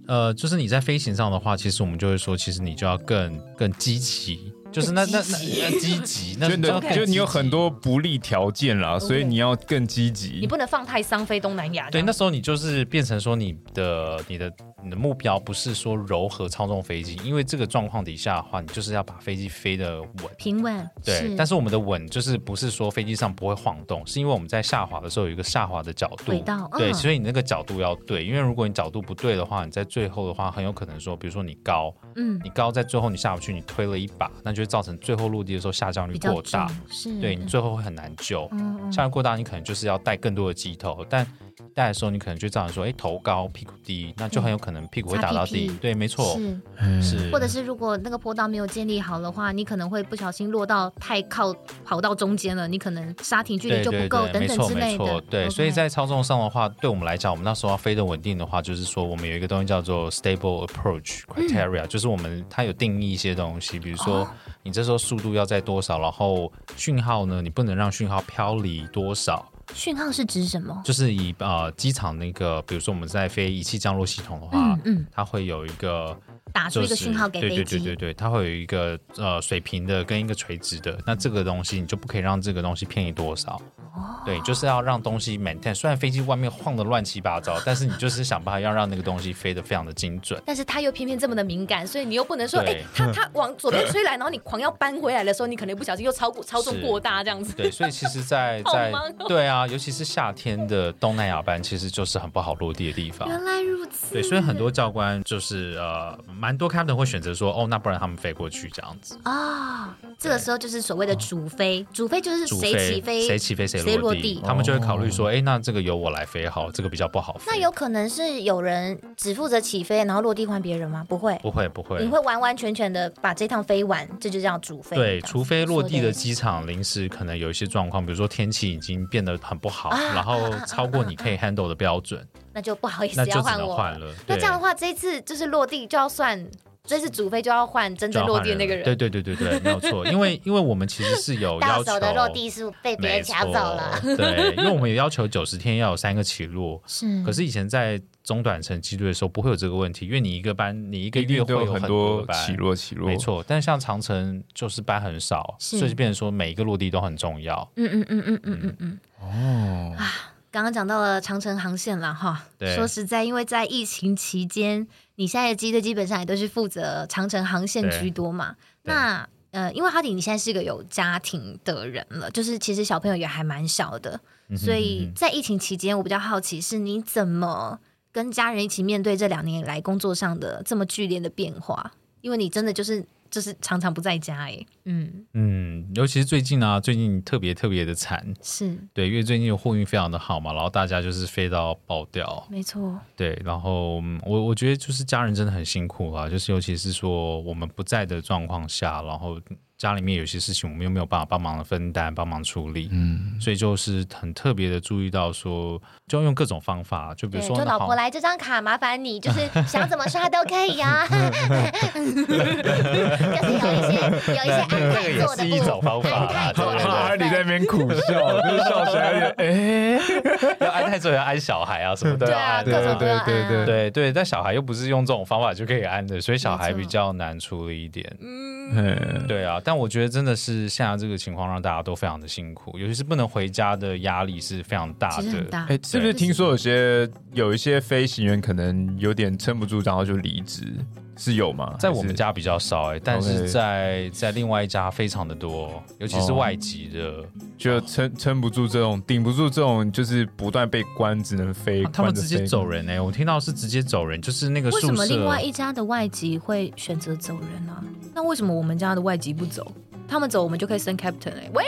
呃，就是你在飞行上的话，其实我们就会说，其实你就要更更积极，就是那那那那积 极，那
就你
你要
的
更
就你有
积极
很多不利条件啦，所以你要更积极
你。不能放太伤飞东南亚。
对，
这样
那时候你就是变成说你的你的你的目标不是说柔和操纵飞机，因为这个状况底下的话，你就是要把飞机飞得稳。
平稳
对，但是我们的稳就是不是说飞机上不会晃动，是因为我们在下滑的时候有一个下滑的角度，
轨道嗯
对，所以你那个角度要对，因为如果你角度不对的话，你在最后的话很有可能说，比如说你高，
嗯
你高在最后你下不去，你推了一把，那就会造成最后落地的时候下降率
比较
过大
重，是
对你最后会很难救。
嗯嗯
下降过大，你可能就是要带更多的机头，但带的时候你可能就造成说，哎，头高屁股低，那就很有可能屁股会打到
擦屁
地
屁。
对，没错，嗯
是
是
嗯
或者是如果那个坡道没有建立好的话，你可能会不小心落到太靠跑道中间了，你可能刹停距离
对
就不
对
够，
对，
等
没
等
错
之
没
类
错
的。，
对，
OK
所以在操纵上的话，对我们来讲，我们那时候要飞得稳定的话，就是说我们有一个东西叫做 stable approach
嗯
criteria，、就是我们它有定义一些东西，比如说你这时候速度要在多少，然后讯号呢，你不能让讯号飘离多少。
讯号是指什么？
就是以呃机场那个，比如说我们在飞仪器降落系统的话，
嗯嗯，
它会有一个
打
就
出啊一个
是
讯号给
对
飞
对对对
机。
对，它会有一个呃水平的跟一个垂直的，那这个东西你就不可以让这个东西偏移多少。
哦
对，就是要让东西 maintain。虽然飞机外面晃的乱七八糟，但是你就是想办法要让那个东西飞得非常的精准。
但是它又偏偏这么的敏感，所以你又不能说，
对
哎，它它往左边吹来，然后你狂要搬回来的时候，你可能不小心又超过操纵过大这样子。
对，所以其实在，
好
在
忙哦
对啊，尤其是夏天的东南亚班，其实就是很不好落地的地方。
原来如此。
啊对，所以很多教官就是呃，蛮多 captain 会选择说，哦，那不然他们飞过去这样子。
啊、这个时候就是所谓的主飞，主飞就是
主
谁起飞，
谁起飞谁
谁
落
落
地
地，
他们就会考虑说，
哦
哎，那这个由我来飞好，这个比较不好飞。
那有可能是有人只负责起飞，然后落地换别人吗？不会，
不会不会
你？会完完全全的把这趟飞完，这就叫主飞。
对，
这样子
除非落地的
说
机场临时可能有一些状况，比如说天气已经变得很不好，
啊
然后超过你可以 handle 的标 准，
那就不好意思
那就
要
只
换
能
我
换了。
那
对
这样的话，这一次就是落地就要算，这次主飞就要换真
就
正
要
落
换
地的那个
了
人。
对对对对对，没有错，因为因为我们其实是有
到
要求
手的落地数被别人抢走了。
没错对，因为我们有要求九十天要有三个起落，
是
可是以前在中短程机队的时候不会有这个问题，因为你一个班你一个
一
月
定
会
都有
很
很
多
多
个班
起。落起落，
没。错，但像长城就是班很少，
是
所以就变成说每一个落地都很重要。
嗯嗯嗯嗯嗯嗯嗯，
哦，
啊刚刚讲到了长城航线啦，哈
对，
说实在，因为在疫情期间，你现在的机队基本上也都是负责长城航线
对
居多嘛。
对
那呃，因为哈迪你现在是个有家庭的人了，就是其实小朋友也还蛮小
嗯
的，所以在疫情期间，我比较好奇是你怎么跟家人一起面对这两年以来工作上的这么剧烈的变化，因为你真的就是就是常常不在家哎、嗯，
嗯，尤其是最近啊，最近特别特别的惨，
是
对，因为最近货运非常的好嘛，然后大家就是飞到爆掉，
没错，
对，然后嗯我我觉得就是家人真的很辛苦啊，就是尤其是说我们不在的状况下，然后家里面有些事情我们又没有办法帮忙分担、帮忙处理，
嗯，
所以就是很特别的注意到说，就要用各种方法，就比
对，
如说
就
那
老
好
婆来这张卡，麻烦你，就是想怎么刷都可以 啊。就是有一些有一些安泰做的不，
方
安泰做的
哈，
部
你在那
分。
边苦笑，就是笑起来有点哎，
要安太岁，要安小孩啊，什么都
对
要
啊，
安。
各种各嗯样
对对对
对对，但小孩又不是用这种方法就可以安的，所以小孩
没错
比较难处理一点。
嗯
对啊，但我觉得真的是现在这个情况让大家都非常的辛苦，尤其是不能回家的压力是非常大
其实很
的。
大。
哎，是不是听说有些有一些飞行员可能有点撑不住，然后就离职，是有吗？
在我们
家
家比较少哎、但是
OK 哦
在在另外一家非常的多，尤其是外籍的，
就撑撑不住这种，顶不住这种，就是不断被关，只能飞，
啊他们
关着
直接
飞
走。人哎、我听到是直接走人，就是那个
为什
宿
么另外
舍
一家的外籍会选择走人呢、那为什么我们家的外籍不走？他们走，我们就可以升 captain 哎、喂，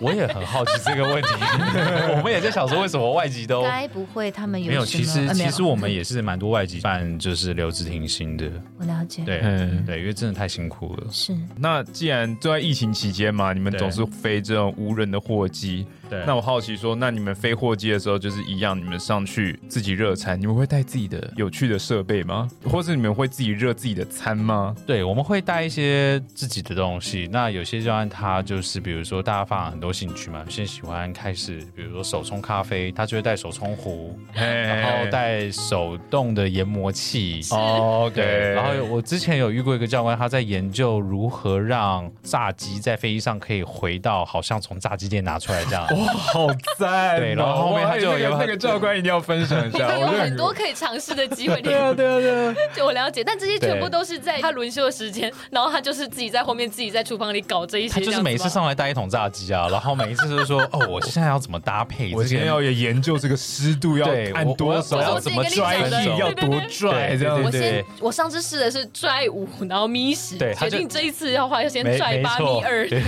我也很好奇这个问题， 我们也在想说为什么外籍都
该不会他们有
没有？
什
其
么
实
呃没
其
有
实我们也是蛮多外籍办就是留职停薪的，
我了解，
对
嗯
对，因为真的太辛苦了，
是
那既然就在疫情期间嘛，你们
对
总是飞这种无人的货机，
对。
那我好奇说，那你们飞货机的时候，就是一样，你们上去自己热餐，你们会带自己的有趣的设备吗？或是你们会自己热自己的餐吗？
对，我们会带一些自己的东西。那有些就按他就是，比如说大家发展很多兴趣嘛，有些人喜欢开始，比如说手冲咖啡，他就会带手冲壶，然
然
后带手动的研磨器。
哦 OK，
对，然后我之前有遇过一个教官，他在研究如何让炸鸡在飞机上可以回到好像从炸鸡店拿出来这样。
好赞哦！
对然后后面他就有
哇那个
有
那个教官一定要分享一
你
下，
啊
们
我
有
觉得
很多可以尝试的机会。
对啊对啊对啊，
就我了解，但这些全部
对
都是在他轮休的时间，然后他就是自己在后面自己在厨房里搞这一些
他
这样子吗。
就是每一次上来带一桶炸鸡啊，然后每一次就是说，哦，我现在要怎么搭配？
我今天要也研究这个湿度要
对
按多
我
少，
我
我之
怎
前
么
跟你
拽
讲的
力，要多拽
对
这样
对
我
子。
先，我上次试的是拽五，然后咪十，
对他
决
就
定这一次要话要先
没
拽
没
八
错
咪二，
对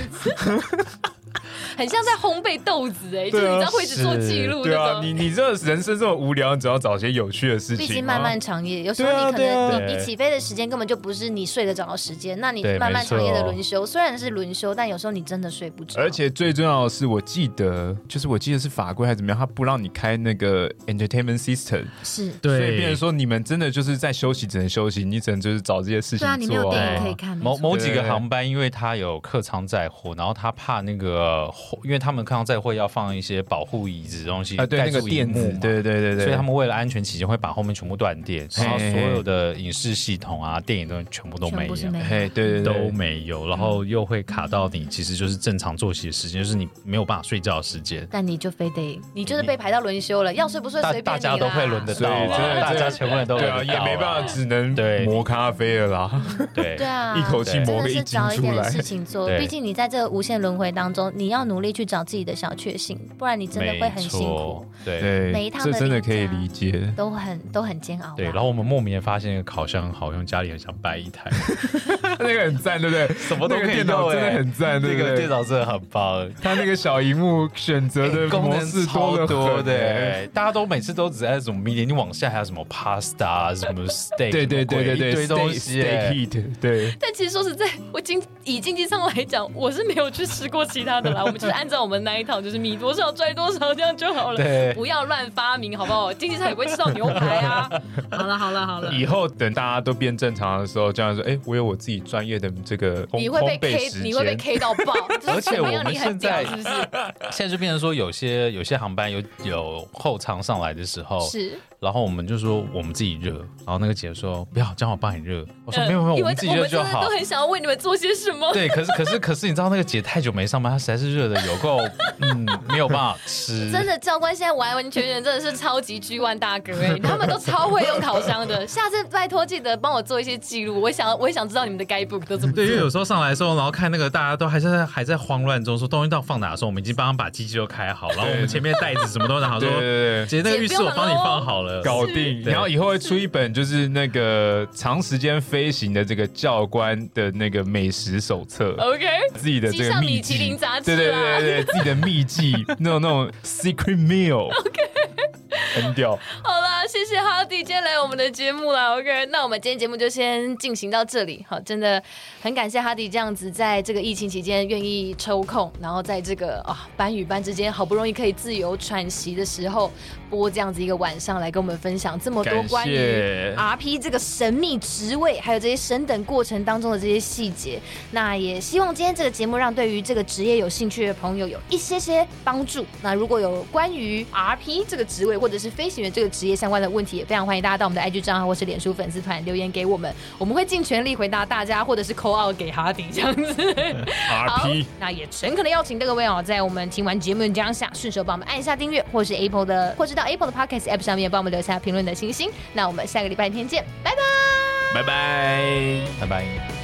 很像在烘焙豆子哎、就是
对啊
你知道会一直做记录
对
那
啊，
种。
你你这人生这么无聊，你只要找些有趣的事情
毕
吗。
竟漫漫长夜，有时候你可
对啊
能
对啊
你你起飞的时间根本就不是你睡得着的时间，那你
对
漫漫长夜的
没错
轮休虽然是轮休，但有时候你真的睡不着。
而且最重要的是，我记得就是我记得是法规还是怎么样，他不让你开那个 entertainment system，
是
所以变成说你们真的就是在休息，只能休息，你只能就是找这些事情做、
对啊，你没有电影可以
嗯
看，
某
没错
某几个航班，因为他有客舱载货，然后他怕那个货，因为他们客舱载货要放一些保护椅子的东西，
啊，对
盖
那个
住荧
电
幕
子
嘛，
对对对对，
所以他们为了安全起见，会把后面全部断电，然后
嘿
所有的影视系统啊、电影都全部都没
全部是
有。
没有。
嘿，对对
都
对。
没有，然后又会卡到你，其实就是正常作息的时间，就是你没有办法睡觉的时间。
但你就非得，
你就是被排到轮休了，要睡不睡
大
随
大
便你
家
啦。
都会轮得
所
到
以
啊，
真的
大
真
家
的
全部人都
对
轮
啊，
得
也
到
没办法，只能
对
磨咖啡了啦，
对
对啊，
一口气
真
磨
的
个一
是
斤
找一
出
点
来
事。情做，
对
毕竟你在这个无限轮回当中，你要
努力去找自己的小确幸，不然你真的会很辛苦，，
对
每
对
一，趟
这
的
真的
廉
可以
价
理解。
都很都很煎熬吧。
对。然后我们莫名也发现烤箱好用，家里很想摆一 台，
那个很赞，对不对？
什么都
那个
可以
电脑
用
真的
欸
很赞，
这
对不
个电
对？
脑真的很棒。哎
它那个小荧幕选择的
功
模
能
式
超
了
多
很
的
欸，
欸，大家都每次都只在什么 m e 你往下还有什么 pasta 啊什么 steak，
对对对对对，
一堆东西
s t a
欸
k heat，对。
但其实说实在，我经以经济上来讲，我是没有去吃过其他的啦。我们就是按照我们那一套，就是米多少拽多少这样就好了，
对，
不要乱发明，好不好？经济上也不会吃到牛排 啊。好了好了好 了，
以后等大家都变正常的时候，这样说，哎，我有我自己专业的这个烘
你会
烘
被
焙
K，
时
你会被
间。
K 到爆。就是
而且
怎么样
我们
你很
现在
屌 是不是？
现在就变成说，有些有些航班有有后舱上来的时候，
是，
然后我们就说我们自己热，然后那个姐说不要，这样我帮你热。我说
嗯
没有没有，
因
我
为
们自己热就
我们真
好
的都。很想要为你们做些什么。
对，可是可是可是，你知道那个姐太久没上班，她实在是热的有够， 嗯，没有办法吃。
真的，教官现在完完全全真的是超级 G One 大哥哎、他们都超会用烤箱的。下次拜托记得帮我做一些记录，我想我也想知道你们的 guidebook 都怎么做
对，因为有时候上来的时候，然后看那个大家都还在还在慌乱中，说东西到底放哪的时候，我们已经帮他把机器都开好，然后我们前面袋子什么都拿好，
对
说
对对对，
姐那个浴室我帮
哦
你放好了，
搞定。
对
然后以后会出一本就是那个长时间飞行的这个教官的那个美食手册。
OK，
自己的这
呃机
个
上
秘
米其
籍
林杂，志
对
啊
对
啦
对对，对自己的秘籍，那种那 种 secret meal，很屌。
好啦，谢谢哈迪今天来我们的节目啦。OK，那我们今天节目就先进行到这里。好，真的很感谢哈迪这样子，在这个疫情期间愿意抽空，然后在这个啊班与班之间好不容易可以自由喘息的时候，播这样子一个晚上来跟我们分享这么多
感
关于
谢，
RP 这个神秘职位，还有这些升等过程当中的这些细节。那也希望今天这个节目让对于这个职业有兴趣的朋友有一些些帮助。那如果有关于 RP 这个职位或者是飞行员这个职业相关的问题，也非常欢迎大家到我们的 IG 账号或是脸书粉丝团留言给我们，我们会尽全力回答大家，或者是扣 out 给哈迪这样子。好，那也诚恳的邀请各位哦，在我们听完节目的当下，顺手帮我们按一下订阅，或是 Apple 的，或是到 Apple 的 Podcast App 上面帮我们留下评论的星星。那我们下个礼拜天见，拜拜。
拜拜。
拜拜。